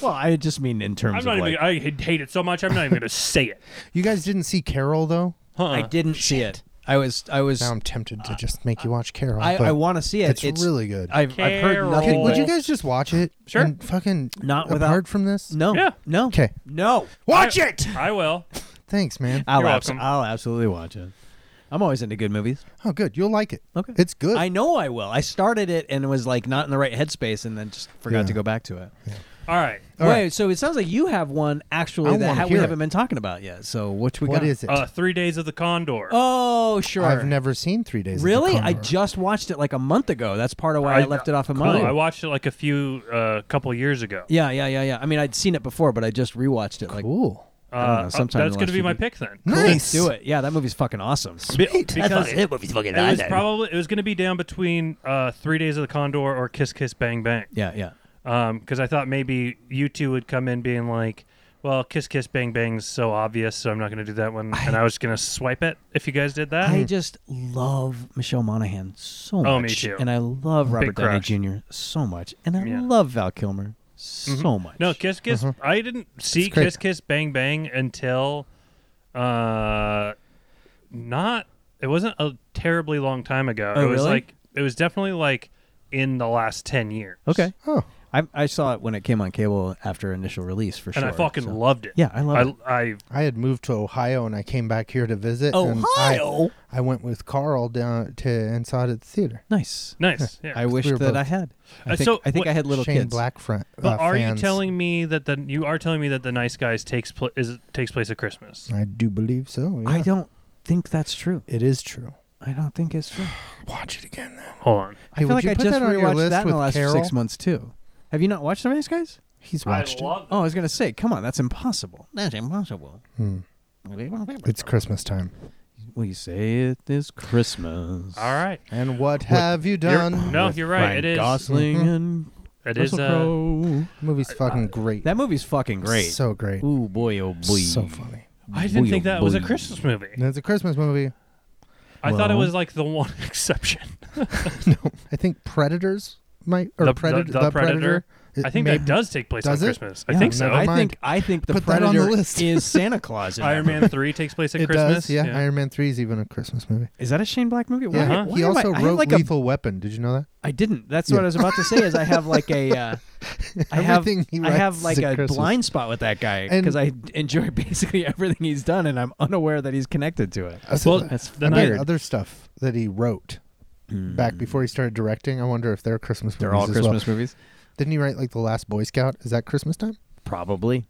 Speaker 2: well, I just mean in terms
Speaker 3: I'm not
Speaker 2: of
Speaker 3: even.
Speaker 2: like,
Speaker 3: I hate it so much. I'm not even going to say it.
Speaker 4: You guys didn't see Carol though.
Speaker 3: Huh.
Speaker 2: I didn't see it. I was, I was,
Speaker 4: Now I'm tempted to just make you watch Carol.
Speaker 2: Uh, I,
Speaker 4: but
Speaker 2: I want to see it.
Speaker 4: it's, really good.
Speaker 2: I've, I've heard
Speaker 3: Carol.
Speaker 4: Could-
Speaker 2: nothing.
Speaker 4: would
Speaker 2: but-
Speaker 4: you guys just watch it?
Speaker 3: Sure.
Speaker 4: and fucking
Speaker 2: Not
Speaker 4: apart
Speaker 2: without-
Speaker 4: from this.
Speaker 2: No,
Speaker 3: Yeah.
Speaker 2: no,
Speaker 4: 'Kay.
Speaker 2: no.
Speaker 4: Watch it.
Speaker 3: I will.
Speaker 4: Thanks, man.
Speaker 2: I'll,
Speaker 3: You're
Speaker 2: abs-
Speaker 3: welcome.
Speaker 2: I'll absolutely watch it. I'm always into good movies.
Speaker 4: Oh, good. You'll like it.
Speaker 2: Okay.
Speaker 4: It's good.
Speaker 2: I know I will. I started it and was like not in the right headspace, and then just forgot
Speaker 4: Yeah.
Speaker 2: to go back to it.
Speaker 3: All right.
Speaker 4: All
Speaker 2: Wait,
Speaker 4: right.
Speaker 2: so it sounds like you have one actually
Speaker 4: I
Speaker 2: that
Speaker 4: wanna
Speaker 2: ha- we
Speaker 4: hear
Speaker 2: haven't
Speaker 4: it.
Speaker 2: been talking about yet. So what we
Speaker 4: What
Speaker 2: got?
Speaker 4: is it?
Speaker 3: Uh, Three Days of the Condor.
Speaker 2: Oh, sure.
Speaker 4: I've never seen Three Days. at the
Speaker 2: Really? I
Speaker 4: Condor.
Speaker 2: just watched it like a month ago. That's part of why I,
Speaker 3: I-
Speaker 2: left it off of
Speaker 3: Cool.
Speaker 2: mine.
Speaker 3: I watched it like a few, uh, couple years ago.
Speaker 2: yeah, yeah, yeah, yeah. I mean, I'd seen it before, but I just rewatched it like
Speaker 4: cool.
Speaker 2: I don't know,
Speaker 3: Uh, uh,
Speaker 2: sometime in
Speaker 3: that's
Speaker 2: the
Speaker 3: going
Speaker 2: last
Speaker 3: to be
Speaker 2: few
Speaker 3: my
Speaker 2: days.
Speaker 3: pick then.
Speaker 4: Nice.
Speaker 2: Do it. Yeah, that movie's fucking awesome.
Speaker 3: Be-
Speaker 6: I thought
Speaker 3: Because it,
Speaker 6: that movie's fucking
Speaker 3: it was
Speaker 6: awesome.
Speaker 3: probably it was going to be down between uh, Three Days of the Condor or Kiss Kiss Bang Bang.
Speaker 2: Yeah, yeah.
Speaker 3: because I thought maybe you two would come in being like, "Well, kiss, kiss, bang, bang's so obvious, so I'm not going to do that one," and I was going to swipe it if you guys did that.
Speaker 2: I just love Michelle Monaghan so much.
Speaker 3: Hmm. Oh, me too.
Speaker 2: And I love Robert Downey
Speaker 3: crush.
Speaker 2: Jr. so much. And I
Speaker 3: Yeah. Mm-hmm.
Speaker 2: love Val Kilmer so much.
Speaker 3: no, kiss, kiss.
Speaker 2: Mm-hmm.
Speaker 3: I didn't see
Speaker 4: It's great.
Speaker 3: kiss, kiss, bang, bang until, uh, not. It wasn't a terribly long time ago.
Speaker 2: Oh,
Speaker 3: it was
Speaker 2: really?
Speaker 3: like it was definitely like in the last ten years.
Speaker 2: Okay.
Speaker 4: Oh,
Speaker 2: I, I saw it when it came on cable after initial release for
Speaker 3: and
Speaker 2: sure.
Speaker 3: I fucking
Speaker 2: so.
Speaker 3: loved it.
Speaker 2: Yeah, I love it.
Speaker 3: I, I
Speaker 4: I had moved to Ohio and I came back here to visit. and I-
Speaker 2: Ohio?
Speaker 4: I, went with Carl down to and saw it at the theater.
Speaker 2: nice.
Speaker 3: nice. Yeah.
Speaker 2: I wish
Speaker 4: we were
Speaker 2: that
Speaker 4: both-
Speaker 2: I had. I
Speaker 3: Uh,
Speaker 2: think,
Speaker 3: so
Speaker 2: I, think
Speaker 3: what-
Speaker 2: I had little
Speaker 4: Shane
Speaker 2: kids.
Speaker 4: Blackfront.
Speaker 3: But
Speaker 4: uh,
Speaker 3: are
Speaker 4: fans.
Speaker 3: you telling me that the you are telling me that the Nice Guys takes pl- is takes place at Christmas?
Speaker 4: I do believe so.
Speaker 2: I
Speaker 4: yeah.
Speaker 2: don't think that's true.
Speaker 4: It is true.
Speaker 2: I don't think it's true.
Speaker 4: Watch it again. Then.
Speaker 3: Hold on,
Speaker 2: I feel
Speaker 4: would
Speaker 2: like
Speaker 4: you
Speaker 2: I
Speaker 4: put
Speaker 2: just
Speaker 4: that on your
Speaker 2: rewatched
Speaker 4: list
Speaker 2: that in the
Speaker 4: with
Speaker 2: last
Speaker 4: Carol?
Speaker 2: six months too. Have you not watched The Nice Guys?
Speaker 4: He's watched it.
Speaker 2: Oh, I was gonna say, come on, that's impossible. Hmm. That's impossible.
Speaker 4: It's Christmas time.
Speaker 2: We say it is Christmas.
Speaker 3: All right.
Speaker 4: And what, have you
Speaker 3: You're-
Speaker 4: done?
Speaker 3: no, you're right.
Speaker 2: Ryan
Speaker 3: It is. Mm-hmm.
Speaker 2: Gosling and
Speaker 3: It is.
Speaker 2: Russell
Speaker 3: Uh,
Speaker 2: Crowe.
Speaker 4: The movie's fucking great.
Speaker 2: That movie's fucking great.
Speaker 4: So great.
Speaker 2: Ooh boy, oh boy.
Speaker 4: So funny.
Speaker 3: I didn't
Speaker 2: Boy,
Speaker 3: think
Speaker 2: oh,
Speaker 3: that was a
Speaker 2: boy.
Speaker 3: Christmas movie.
Speaker 4: And it's a Christmas movie.
Speaker 3: I thought it
Speaker 2: Well.
Speaker 3: was like the one exception.
Speaker 4: I think Predators might or
Speaker 3: The- the-
Speaker 4: Predator.
Speaker 3: the Predator.
Speaker 4: It
Speaker 3: I think
Speaker 4: may-
Speaker 3: that does take place
Speaker 4: Does
Speaker 3: on
Speaker 4: it?
Speaker 3: Christmas. I
Speaker 4: Yeah,
Speaker 3: think so.
Speaker 4: never
Speaker 2: I
Speaker 4: mind.
Speaker 2: think I think the
Speaker 4: Put that on the
Speaker 2: Predator
Speaker 4: list.
Speaker 2: is Santa Claus. in
Speaker 3: Iron
Speaker 2: that
Speaker 3: Man three takes place at
Speaker 4: It
Speaker 3: Christmas.
Speaker 4: does. Yeah, Iron Man Three is even a Christmas movie.
Speaker 2: Is that a Shane Black movie? Why-
Speaker 4: Yeah,
Speaker 3: Uh-huh.
Speaker 2: why
Speaker 4: he
Speaker 2: am
Speaker 4: also
Speaker 2: I- I have
Speaker 4: wrote
Speaker 2: like a,
Speaker 4: Lethal Weapon. Did you know that?
Speaker 2: I didn't. That's
Speaker 4: Yeah.
Speaker 2: what I was about to say. Is I have like a, uh, I have,
Speaker 4: Everything he
Speaker 2: I have
Speaker 4: writes
Speaker 2: like
Speaker 4: is
Speaker 2: a
Speaker 4: at Christmas.
Speaker 2: blind spot with that guy
Speaker 4: And-
Speaker 2: because I enjoy basically everything he's done, and I'm unaware that he's connected to it.
Speaker 3: Well,
Speaker 2: That's
Speaker 3: then
Speaker 4: I mean,
Speaker 2: weird.
Speaker 4: Uh,
Speaker 2: Hmm.
Speaker 4: other stuff that he wrote back before he started directing. I wonder if they're Christmas
Speaker 2: Mm. They're all
Speaker 4: movies. as well.
Speaker 2: Christmas movies,
Speaker 4: Didn't he write like The Last Boy Scout? Is that Christmas time?
Speaker 2: probably.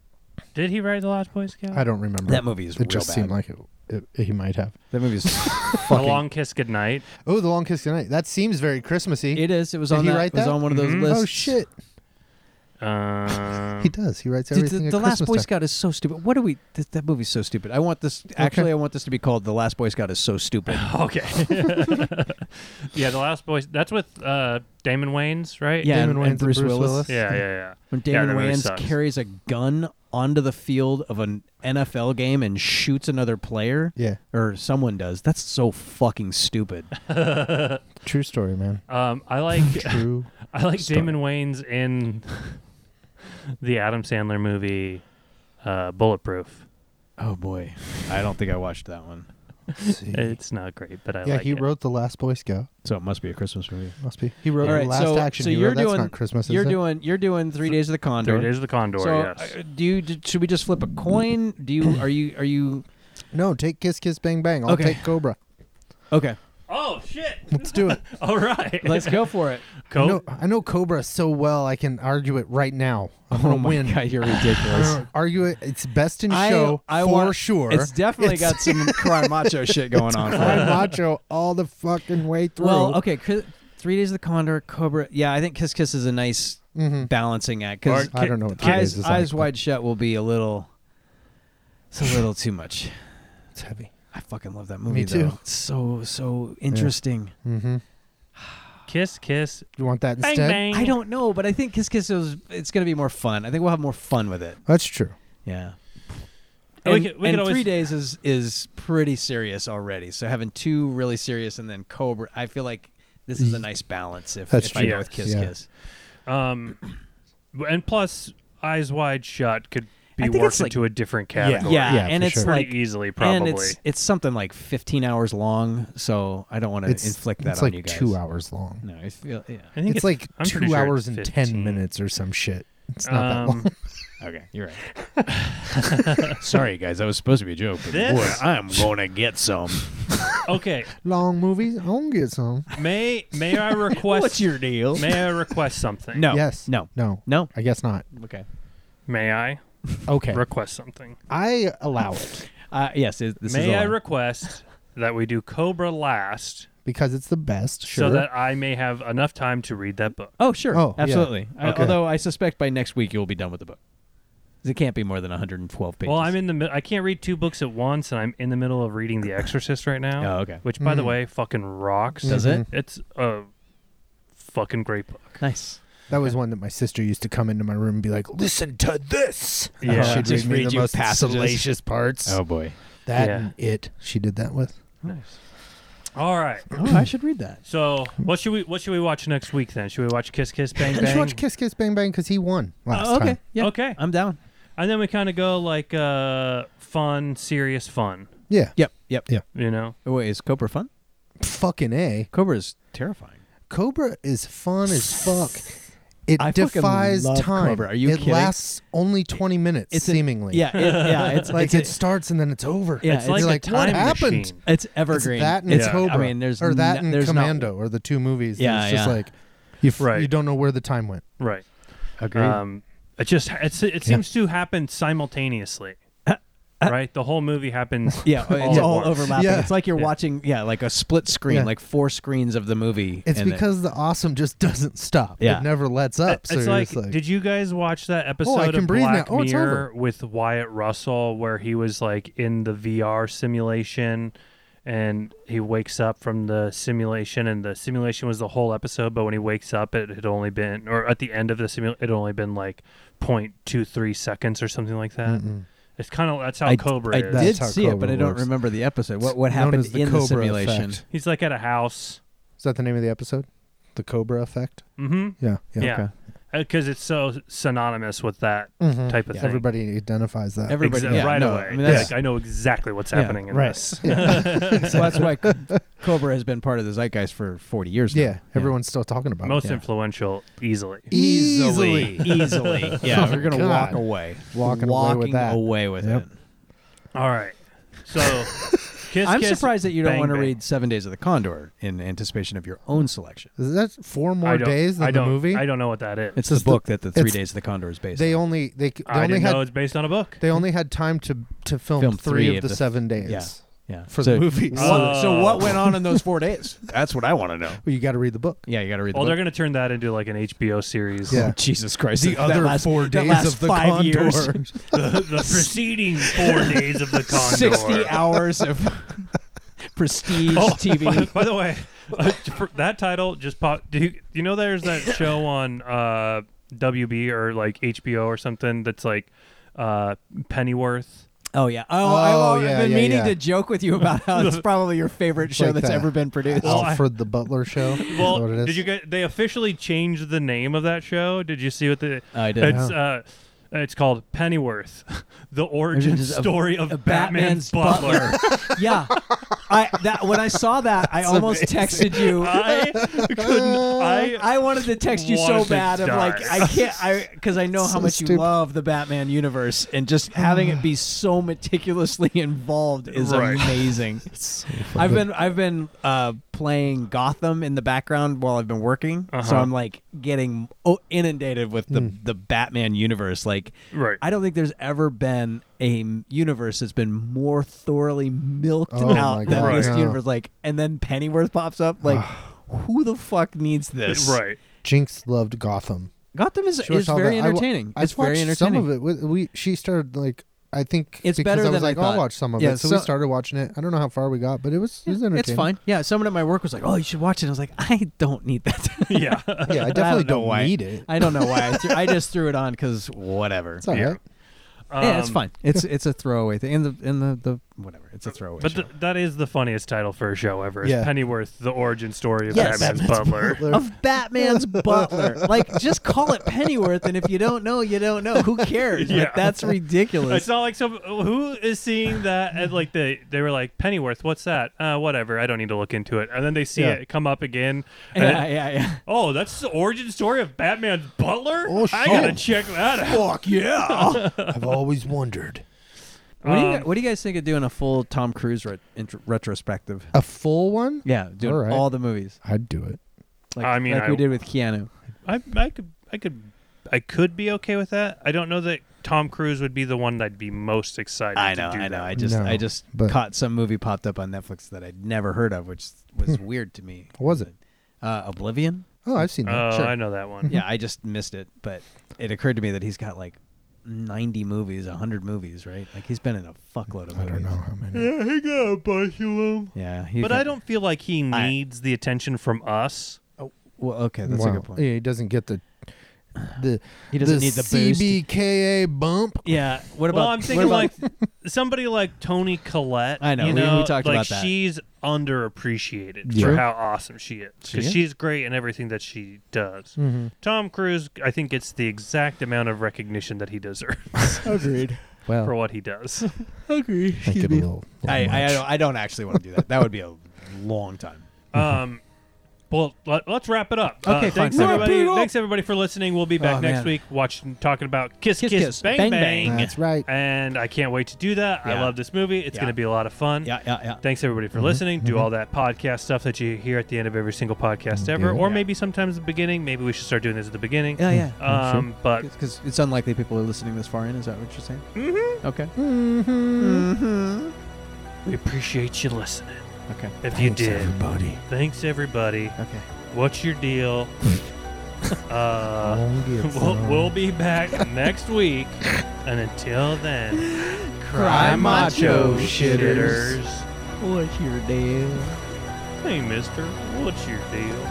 Speaker 3: Did he write the Last Boy Scout?
Speaker 4: I don't remember.
Speaker 2: That movie is
Speaker 4: It
Speaker 2: real
Speaker 4: just
Speaker 2: bad.
Speaker 4: seemed like it, it- He might have.
Speaker 2: That movie's
Speaker 3: A
Speaker 2: fucking.
Speaker 3: Long Kiss Goodnight.
Speaker 4: Oh, The Long Kiss Goodnight. That seems very Christmassy.
Speaker 2: it is. It was
Speaker 4: Did
Speaker 2: on.
Speaker 4: he
Speaker 2: that,
Speaker 4: write
Speaker 2: it was
Speaker 4: that?
Speaker 2: on one of those
Speaker 3: Mhm.
Speaker 2: lists.
Speaker 4: oh shit!
Speaker 3: Um,
Speaker 4: He does. He writes
Speaker 2: Dude,
Speaker 4: everything.
Speaker 2: the,
Speaker 4: at
Speaker 2: the Last
Speaker 4: Christmas
Speaker 2: Boy
Speaker 4: time.
Speaker 2: Scout is so stupid. What do we? Th- that movie's so stupid. I want this. Actually, I want this to be called The Last Boy Scout is so stupid.
Speaker 3: okay. yeah, the Last Boy. That's with uh, Damon Wayans, right?
Speaker 2: Yeah,
Speaker 4: Damon
Speaker 2: and,
Speaker 4: Wayans
Speaker 2: and Bruce Willis.
Speaker 3: Yeah, yeah, yeah.
Speaker 2: When
Speaker 3: Yeah,
Speaker 2: Damon
Speaker 3: that movie
Speaker 2: Wayans
Speaker 3: sucks.
Speaker 2: carries a gun onto the field of an NFL game and shoots another player,
Speaker 4: Yeah,
Speaker 2: or someone does, that's so fucking stupid.
Speaker 4: true story, man.
Speaker 3: Um, I like
Speaker 4: True.
Speaker 3: I like
Speaker 4: Story.
Speaker 3: Damon Wayne's in the Adam Sandler movie uh, Bulletproof.
Speaker 2: oh boy, I don't think I watched that one.
Speaker 3: It's not great, but I
Speaker 4: yeah,
Speaker 3: like
Speaker 4: he
Speaker 3: it.
Speaker 4: wrote The Last Boy Scout.
Speaker 2: So it must be a Christmas movie.
Speaker 4: Must be. He wrote
Speaker 2: All right,
Speaker 4: Last
Speaker 2: so,
Speaker 4: Action
Speaker 2: so
Speaker 4: Hero.
Speaker 2: you're
Speaker 4: That's
Speaker 2: doing
Speaker 4: not Christmas. is
Speaker 2: you're
Speaker 4: it?
Speaker 2: doing you're doing three days of the Condor.
Speaker 3: Three Days of the Condor.
Speaker 2: so
Speaker 3: yes.
Speaker 2: uh, do you d- should we just flip a coin? Do you are you are you
Speaker 4: No, take Kiss Kiss Bang Bang. I'll
Speaker 2: Okay.
Speaker 4: take Cobra.
Speaker 2: okay?
Speaker 3: oh shit!
Speaker 4: Let's do it.
Speaker 3: All right.
Speaker 2: Let's go for it.
Speaker 3: Co-
Speaker 4: No, I know Cobra so well. I can argue it right now. I'm
Speaker 2: Oh
Speaker 4: gonna
Speaker 2: my
Speaker 4: win.
Speaker 2: god, you're ridiculous.
Speaker 4: Uh, argue it. It's best in
Speaker 2: I-
Speaker 4: show
Speaker 2: I
Speaker 4: for
Speaker 2: want-
Speaker 4: sure.
Speaker 2: It's definitely
Speaker 4: It's
Speaker 2: got some cry macho shit going on. for it.
Speaker 4: Cry macho all the fucking way through.
Speaker 2: Well, okay, Chris, Three Days of the Condor, Cobra. Yeah, I think Kiss Kiss is a nice
Speaker 4: Mm-hmm.
Speaker 2: balancing act because
Speaker 3: Or
Speaker 4: I don't know what
Speaker 2: eyes,
Speaker 4: it is.
Speaker 2: eyes wide shut will be a little. It's a little too much.
Speaker 4: It's heavy.
Speaker 2: I fucking love that movie.
Speaker 4: too.
Speaker 2: Though. It's so so interesting.
Speaker 3: kiss, kiss,
Speaker 4: mm-hmm. You want that
Speaker 3: bang,
Speaker 4: instead?
Speaker 3: bang.
Speaker 2: I don't know, but I think Kiss Kiss is it's gonna be more fun. I think we'll have more fun with it.
Speaker 4: That's true.
Speaker 2: Yeah. And,
Speaker 3: And we could- we
Speaker 2: and
Speaker 3: could always-
Speaker 2: three days is is pretty serious already. So having two really serious and then Cobra, I feel like this is a nice balance. If,
Speaker 4: Mm. That's
Speaker 2: if I
Speaker 3: true.
Speaker 2: go with Kiss
Speaker 4: Yeah.
Speaker 2: Kiss,
Speaker 3: Um, and plus, Eyes Wide Shut could
Speaker 2: I
Speaker 3: be
Speaker 2: think
Speaker 3: worked
Speaker 2: it's like-
Speaker 3: into a different category.
Speaker 2: yeah,
Speaker 4: Yeah,
Speaker 2: and
Speaker 4: for
Speaker 2: it's
Speaker 4: sure.
Speaker 2: like
Speaker 3: Pretty easily, probably.
Speaker 2: And it's it's something like 15 hours long, so I don't want to
Speaker 4: It's
Speaker 2: inflict that
Speaker 4: it's
Speaker 2: on
Speaker 4: like
Speaker 2: you guys.
Speaker 4: two hours long.
Speaker 2: No, I feel yeah.
Speaker 3: I think
Speaker 4: It's, like
Speaker 3: I'm pretty
Speaker 4: two
Speaker 3: sure
Speaker 4: hours and
Speaker 3: it's 15.
Speaker 4: ten minutes or some shit. It's not that long.
Speaker 3: Um,
Speaker 2: Okay, you're right. Sorry guys, that was supposed to be a joke, but
Speaker 3: This-
Speaker 2: boy, I'm going to get some.
Speaker 3: okay,
Speaker 4: Long movies. I don't get some.
Speaker 3: may may I request?
Speaker 2: What's your deal?
Speaker 3: May I request something?
Speaker 2: No.
Speaker 4: Yes.
Speaker 2: No.
Speaker 4: No.
Speaker 2: No.
Speaker 4: I guess not.
Speaker 2: Okay.
Speaker 3: May I
Speaker 4: Okay.
Speaker 3: request something?
Speaker 4: I allow it
Speaker 2: Uh, yes, it, this is
Speaker 3: may
Speaker 2: a
Speaker 3: I
Speaker 2: lie.
Speaker 3: request that we do Cobra last?
Speaker 4: because it's the best. Sure.
Speaker 3: so that I may have enough time to read that book.
Speaker 2: Oh, sure.
Speaker 4: Oh, yeah.
Speaker 2: Absolutely. I-
Speaker 4: Okay.
Speaker 2: although I suspect by next week you'll be done with the book. It can't be more than 112 pages.
Speaker 3: Well, I'm in the mid- I can't read two books at once, and I'm in the middle of reading The Exorcist right now.
Speaker 2: Oh,
Speaker 4: Mm-hmm.
Speaker 2: okay.
Speaker 3: Which, by the way, fucking rocks.
Speaker 2: Does it?
Speaker 3: It's a fucking great book.
Speaker 2: Nice.
Speaker 4: That was one that my sister used to come into my room and be like, "Listen to this."
Speaker 3: Yeah.
Speaker 4: she'd
Speaker 5: Just
Speaker 4: read me
Speaker 5: read
Speaker 4: the
Speaker 5: you
Speaker 4: most
Speaker 5: passages.
Speaker 4: salacious parts.
Speaker 5: Oh boy.
Speaker 4: That
Speaker 3: Yeah.
Speaker 4: and it. She did that with.
Speaker 3: Nice. All right.
Speaker 2: Oh, I should read that.
Speaker 3: So, what should we what should we watch next week then? Should we watch Kiss Kiss Bang
Speaker 4: Let's
Speaker 3: Bang?
Speaker 4: watch Kiss Kiss Bang Bang because he won last
Speaker 2: Oh, okay.
Speaker 4: time.
Speaker 2: Yeah.
Speaker 3: Okay.
Speaker 2: I'm down.
Speaker 3: and then we kind of go like uh fun, serious fun,
Speaker 4: Yeah.
Speaker 2: Yep. Yep.
Speaker 4: Yeah.
Speaker 3: you know?
Speaker 2: Oh, wait, is Cobra fun?
Speaker 4: Fucking a.
Speaker 2: Cobra is terrifying.
Speaker 4: Cobra is fun as fuck. It
Speaker 2: I fucking
Speaker 4: defies
Speaker 2: love
Speaker 4: time.
Speaker 2: Cobra. Are you
Speaker 4: it
Speaker 2: kidding?
Speaker 4: lasts only twenty minutes,
Speaker 2: It's a-
Speaker 4: seemingly.
Speaker 2: Yeah. It, yeah. It's
Speaker 4: like
Speaker 2: it's
Speaker 4: it
Speaker 2: a-
Speaker 4: starts and then it's over.
Speaker 2: Yeah,
Speaker 4: it's,
Speaker 2: It's
Speaker 4: like,
Speaker 2: like
Speaker 3: a time
Speaker 4: what happened?
Speaker 3: machine.
Speaker 2: It's
Speaker 4: It's
Speaker 2: evergreen.
Speaker 4: that and
Speaker 2: it's
Speaker 4: it's
Speaker 3: Yeah.
Speaker 4: Cobra.
Speaker 2: I mean, there's
Speaker 4: or that
Speaker 2: no-
Speaker 4: and
Speaker 2: there's not-
Speaker 4: Commando are the two movies. that
Speaker 2: Yeah,
Speaker 4: it's just
Speaker 2: yeah.
Speaker 4: like you, f-
Speaker 3: Right.
Speaker 4: you don't know where the time went.
Speaker 3: Right.
Speaker 5: Agreed.
Speaker 3: Um it just it's, it seems to happen simultaneously.
Speaker 4: Uh,
Speaker 3: right? The whole movie happens
Speaker 2: Yeah,
Speaker 3: all
Speaker 2: it's
Speaker 3: at
Speaker 2: all
Speaker 3: once.
Speaker 2: overlapping.
Speaker 4: Yeah.
Speaker 2: It's like you're
Speaker 3: Yeah.
Speaker 2: watching, yeah, like a split screen,
Speaker 4: Yeah.
Speaker 2: like four screens of the movie.
Speaker 4: It's
Speaker 2: and it-
Speaker 4: because the awesome just doesn't stop.
Speaker 2: Yeah.
Speaker 4: It never lets up. so
Speaker 3: it's
Speaker 4: you're
Speaker 3: like,
Speaker 4: just like Oh,
Speaker 3: did you guys watch that episode
Speaker 4: I can
Speaker 3: of
Speaker 4: breathe now.
Speaker 3: Black
Speaker 4: Oh, it's
Speaker 3: Mirror with Wyatt Russell where he was like in the VR simulation and he wakes up from the simulation and the simulation was the whole episode but when he wakes up it had only been or at the end of the simulation it had only been like 0.23 seconds or something like that. It's kind of that's how
Speaker 2: I,
Speaker 3: Cobra
Speaker 2: I
Speaker 3: is.
Speaker 2: did
Speaker 4: That's how
Speaker 2: see it, but
Speaker 4: Cobra
Speaker 2: I don't
Speaker 4: works.
Speaker 2: remember the episode. What what
Speaker 4: Known
Speaker 2: happened
Speaker 4: as the
Speaker 2: in
Speaker 4: Cobra
Speaker 2: the simulation?
Speaker 4: effect.
Speaker 3: He's like at a house.
Speaker 4: Is that the name of the episode? The Cobra Effect.
Speaker 3: Mhm.
Speaker 4: Yeah.
Speaker 3: Yeah. Because it's so synonymous with that
Speaker 4: Mhm.
Speaker 3: type of thing.
Speaker 4: Everybody identifies that.
Speaker 2: Everybody,
Speaker 3: Exa-
Speaker 2: yeah,
Speaker 3: right
Speaker 2: no,
Speaker 3: away.
Speaker 2: I mean, that's,
Speaker 3: like, I know exactly what's
Speaker 2: Yeah,
Speaker 3: happening in
Speaker 5: right.
Speaker 3: this.
Speaker 2: so that's why Co- Cobra has been part of the zeitgeist for 40 years. now.
Speaker 4: yeah. Everyone's still talking about
Speaker 3: Most
Speaker 4: it.
Speaker 3: influential, easily.
Speaker 2: E- easily, easily. Yeah,
Speaker 4: Oh,
Speaker 2: we're gonna
Speaker 4: God.
Speaker 2: walk away,
Speaker 4: Walking away with that.
Speaker 2: away with
Speaker 4: Yep.
Speaker 2: it.
Speaker 3: All right. So, kiss,
Speaker 2: I'm
Speaker 3: kiss,
Speaker 2: surprised that you don't
Speaker 3: bang,
Speaker 2: want to
Speaker 3: bang.
Speaker 2: read Seven Days of the Condor in anticipation of your own selection.
Speaker 4: Is that four
Speaker 3: I
Speaker 4: more
Speaker 3: don't-
Speaker 4: days than
Speaker 3: I don't,
Speaker 4: the movie?
Speaker 3: I don't know what that is.
Speaker 2: It's the
Speaker 4: It's the-
Speaker 2: book that the Three
Speaker 4: it's-
Speaker 2: Days of the Condor is based.
Speaker 4: They
Speaker 2: on.
Speaker 4: only they, they
Speaker 3: I
Speaker 4: only
Speaker 3: didn't
Speaker 4: had
Speaker 3: know it's based on a book.
Speaker 4: they only had time to to film,
Speaker 2: Film
Speaker 4: three,
Speaker 2: three
Speaker 4: of,
Speaker 2: of
Speaker 4: the,
Speaker 2: the-
Speaker 4: seven days.
Speaker 2: yeah. yeah.
Speaker 4: For
Speaker 2: So-
Speaker 4: the movie.
Speaker 3: Oh.
Speaker 4: So-
Speaker 2: so what went on in those four days? That's what I want to know.
Speaker 4: well, you got to read the book.
Speaker 2: Yeah, you got to read. The
Speaker 3: Oh,
Speaker 2: book.
Speaker 3: they're going to turn that into like an HBO series.
Speaker 4: Yeah.
Speaker 2: Jesus Christ! The
Speaker 4: other four days of the Condor.
Speaker 3: the, the preceding four days of the Condor.
Speaker 2: sixty hours of prestige
Speaker 3: Oh, By,
Speaker 2: TV.
Speaker 3: by the way, uh, for that title just popped. Do you, you know there's that show on uh, WB or like HBO or something that's like uh, Pennyworth?
Speaker 2: Oh yeah. Oh, I,
Speaker 4: Oh,
Speaker 2: have
Speaker 4: yeah,
Speaker 2: been
Speaker 4: yeah,
Speaker 2: meaning
Speaker 4: yeah.
Speaker 2: to joke with you about how it's probably your favorite show
Speaker 4: like
Speaker 2: that's
Speaker 4: that. Oh,
Speaker 2: ever been produced.
Speaker 3: Well, I-
Speaker 4: Alfred the Butler Show. Is that
Speaker 3: Well,
Speaker 4: what it is?
Speaker 3: did you get? They officially changed the name of that show. Did you see what the?
Speaker 2: I didn't.
Speaker 3: It's uh, it's called Pennyworth, the origin
Speaker 2: Origins of-
Speaker 3: story of,
Speaker 2: of
Speaker 3: Batman's,
Speaker 2: Batman's
Speaker 3: butler.
Speaker 2: yeah. I that when I saw that, I almost texted you.
Speaker 3: I couldn't. I,
Speaker 2: I wanted to text you so
Speaker 3: wanted to
Speaker 2: bad of
Speaker 3: die.
Speaker 2: like I can't I because I know how
Speaker 4: So
Speaker 2: much you
Speaker 4: stupid.
Speaker 2: love the Batman universe and just having it be so meticulously involved is
Speaker 3: Right.
Speaker 2: amazing. I've been I've been uh, playing Gotham in the background while I've been working,
Speaker 4: Uh-huh.
Speaker 2: so I'm like getting o- inundated with
Speaker 4: Hmm.
Speaker 2: the the Batman universe. Like
Speaker 3: Right.
Speaker 2: I don't think there's ever been a m- universe that's been more thoroughly milked
Speaker 4: Oh my
Speaker 2: out than
Speaker 4: God,
Speaker 2: this
Speaker 4: yeah.
Speaker 2: universe. Like, and then Pennyworth pops up. Like, who the fuck needs this?
Speaker 3: right.
Speaker 4: Jinx loved Gotham.
Speaker 2: Gotham is,
Speaker 4: She was
Speaker 2: is
Speaker 4: all
Speaker 2: very
Speaker 4: that- I wa-
Speaker 2: entertaining.
Speaker 4: I
Speaker 2: it's
Speaker 4: watched
Speaker 2: very entertaining.
Speaker 4: Some of it. We, we- she started like I think
Speaker 2: It's
Speaker 4: because
Speaker 2: better
Speaker 4: I was
Speaker 2: than I
Speaker 4: like I'll
Speaker 2: thought.
Speaker 4: watch some of
Speaker 2: Yeah,
Speaker 4: it. So we
Speaker 2: so-
Speaker 4: started watching it. I don't know how far we got, but it was it was entertaining.
Speaker 2: It's fine. Yeah, someone at my work was like, "Oh, you should watch it." I was like, "I don't need that."
Speaker 3: Yeah.
Speaker 4: Yeah, I definitely
Speaker 2: know
Speaker 4: don't,
Speaker 2: why.
Speaker 4: need it.
Speaker 2: I don't know why. I, threw, I just threw it on because whatever.
Speaker 4: It's all
Speaker 3: Yeah.
Speaker 4: right.
Speaker 2: yeah, it's
Speaker 3: Um,
Speaker 2: fine. It's it's a throwaway thing. And the and the, the whatever. It's a throwaway.
Speaker 3: But
Speaker 2: show.
Speaker 3: th- that is the funniest title for a show ever. Is
Speaker 4: Yeah.
Speaker 3: Pennyworth, the origin story of
Speaker 2: Yes.
Speaker 3: Batman's, butler.
Speaker 2: of Batman's butler. Like, just call it Pennyworth, and if you don't know, you don't know. Who cares?
Speaker 3: Yeah.
Speaker 2: Like, that's
Speaker 3: It's
Speaker 2: ridiculous.
Speaker 3: not like some who is seeing that at like the they were like Pennyworth, what's that? Uh, whatever, I don't need to look into it. And then they see
Speaker 4: Yeah.
Speaker 3: it come up again. and-
Speaker 2: Yeah, yeah, yeah.
Speaker 3: oh, that's the origin story of Batman's butler.
Speaker 4: Oh,
Speaker 3: I gotta
Speaker 4: shit.
Speaker 3: check that out.
Speaker 4: Fuck yeah! I've always wondered.
Speaker 2: What do, you,
Speaker 3: Um,
Speaker 2: guys- what do you guys think of doing a full Tom Cruise ret- intro- retrospective?
Speaker 4: A full one?
Speaker 2: Yeah, doing
Speaker 4: All right.
Speaker 2: all the movies.
Speaker 4: I'd do it.
Speaker 2: Like,
Speaker 3: I mean,
Speaker 2: like
Speaker 3: I-
Speaker 2: we did with Keanu.
Speaker 3: I, I could I could I could be okay with that. I don't know that Tom Cruise would be the one that I'd be most excited. to do that.
Speaker 2: I
Speaker 4: just- No, I just but-
Speaker 2: caught some movie popped up on Netflix that I'd never heard of, which was weird to me.
Speaker 4: What was it?
Speaker 2: Uh, Oblivion.
Speaker 4: Oh, I've seen that.
Speaker 3: Oh,
Speaker 4: sure.
Speaker 3: I know that one.
Speaker 2: yeah, I just missed it, but it occurred to me that he's got like ninety movies, hundred movies, right? Like he's been in a fuckload of
Speaker 4: I don't
Speaker 2: movies.
Speaker 4: know how many.
Speaker 3: Yeah, he got a bunch of them.
Speaker 2: Yeah, he
Speaker 3: But
Speaker 2: can-
Speaker 3: I don't feel like he
Speaker 2: I-
Speaker 3: needs the attention from us.
Speaker 2: Well, okay, that's a
Speaker 4: Wow.
Speaker 2: good point.
Speaker 4: Yeah, he doesn't get the the
Speaker 2: He doesn't
Speaker 4: the
Speaker 2: need the boost.
Speaker 4: CBKA bump.
Speaker 2: Yeah. What about?
Speaker 3: Well, I'm
Speaker 2: what
Speaker 3: thinking
Speaker 2: about-
Speaker 3: like somebody like Tony Collette.
Speaker 2: I know,
Speaker 3: you
Speaker 2: we- we
Speaker 3: know,
Speaker 2: talked
Speaker 3: like
Speaker 2: about that.
Speaker 3: she's underappreciated
Speaker 4: Yeah.
Speaker 3: for how awesome she is
Speaker 2: She
Speaker 3: because
Speaker 2: is. Mm-hmm.
Speaker 3: she's great in everything that she does. Tom Cruise, I think, gets the exact amount of recognition that he deserves
Speaker 4: Agreed.
Speaker 3: for
Speaker 2: Oh.
Speaker 4: Well,
Speaker 3: what he does.
Speaker 2: agree.
Speaker 4: I give a little.
Speaker 2: I,
Speaker 4: little
Speaker 2: I,
Speaker 4: much.
Speaker 2: don't, I don't actually want to do that. That would be a long time.
Speaker 3: Um, well, let, us wrap it up. Uh,
Speaker 2: Okay, fine,
Speaker 3: thanks
Speaker 2: fine.
Speaker 3: everybody.
Speaker 2: Wrap it up.
Speaker 3: Thanks everybody for listening. We'll be back
Speaker 2: Oh,
Speaker 3: next
Speaker 2: man.
Speaker 3: week, watching, talking about Kiss
Speaker 2: Kiss,
Speaker 3: Kiss,
Speaker 2: Kiss,
Speaker 3: bang,
Speaker 2: Bang,
Speaker 3: bang
Speaker 2: Bang.
Speaker 4: That's right.
Speaker 3: and I can't wait to do that. I
Speaker 2: Yeah.
Speaker 3: love this movie. It's
Speaker 2: Yeah.
Speaker 3: going to be a lot of fun.
Speaker 2: Yeah, yeah, yeah.
Speaker 3: Thanks everybody for listening. Do all that podcast stuff that you hear at the end of every single podcast ever,
Speaker 4: Yeah.
Speaker 3: or
Speaker 2: Yeah.
Speaker 3: maybe sometimes the beginning. Maybe we should start doing this at the beginning.
Speaker 2: Yeah, yeah.
Speaker 4: Mm-hmm.
Speaker 3: Um, but
Speaker 2: Because it's unlikely people are listening this far in. Is that what you're saying? Mm-hmm. Okay.
Speaker 4: Mm-hmm.
Speaker 2: Mm-hmm.
Speaker 3: we appreciate you listening.
Speaker 2: Okay.
Speaker 3: If you
Speaker 4: Thanks,
Speaker 3: did,
Speaker 4: everybody.
Speaker 3: thanks everybody.
Speaker 2: Okay.
Speaker 3: What's your deal? uh,
Speaker 4: Won't get
Speaker 3: we'll,
Speaker 4: some.
Speaker 3: we'll be back next week, and until then,
Speaker 2: Cry
Speaker 4: macho
Speaker 3: shitters.
Speaker 2: What's your deal?
Speaker 3: Hey, Mister, what's your deal?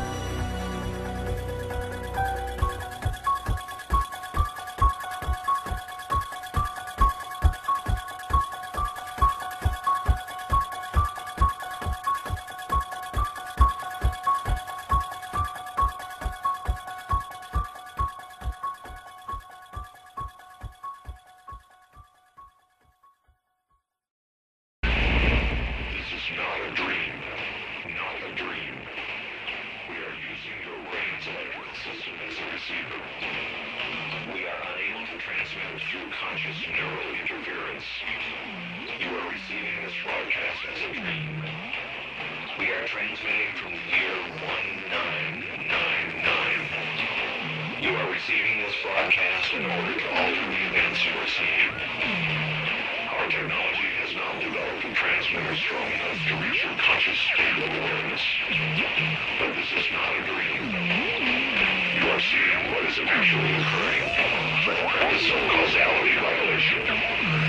Speaker 6: This is not a dream. Not a dream. We are using your brain's electric system as a receiver. We are unable to transmit through conscious neural interference. You are receiving this broadcast as a dream. We are transmitting from year 1999. You are receiving this broadcast in order to alter the events you are seeing. Our technology has now developed a transmitter strong enough to reach your conscious state of awareness. But this is not a dream. You are seeing what is actually occurring. That is a causality violation.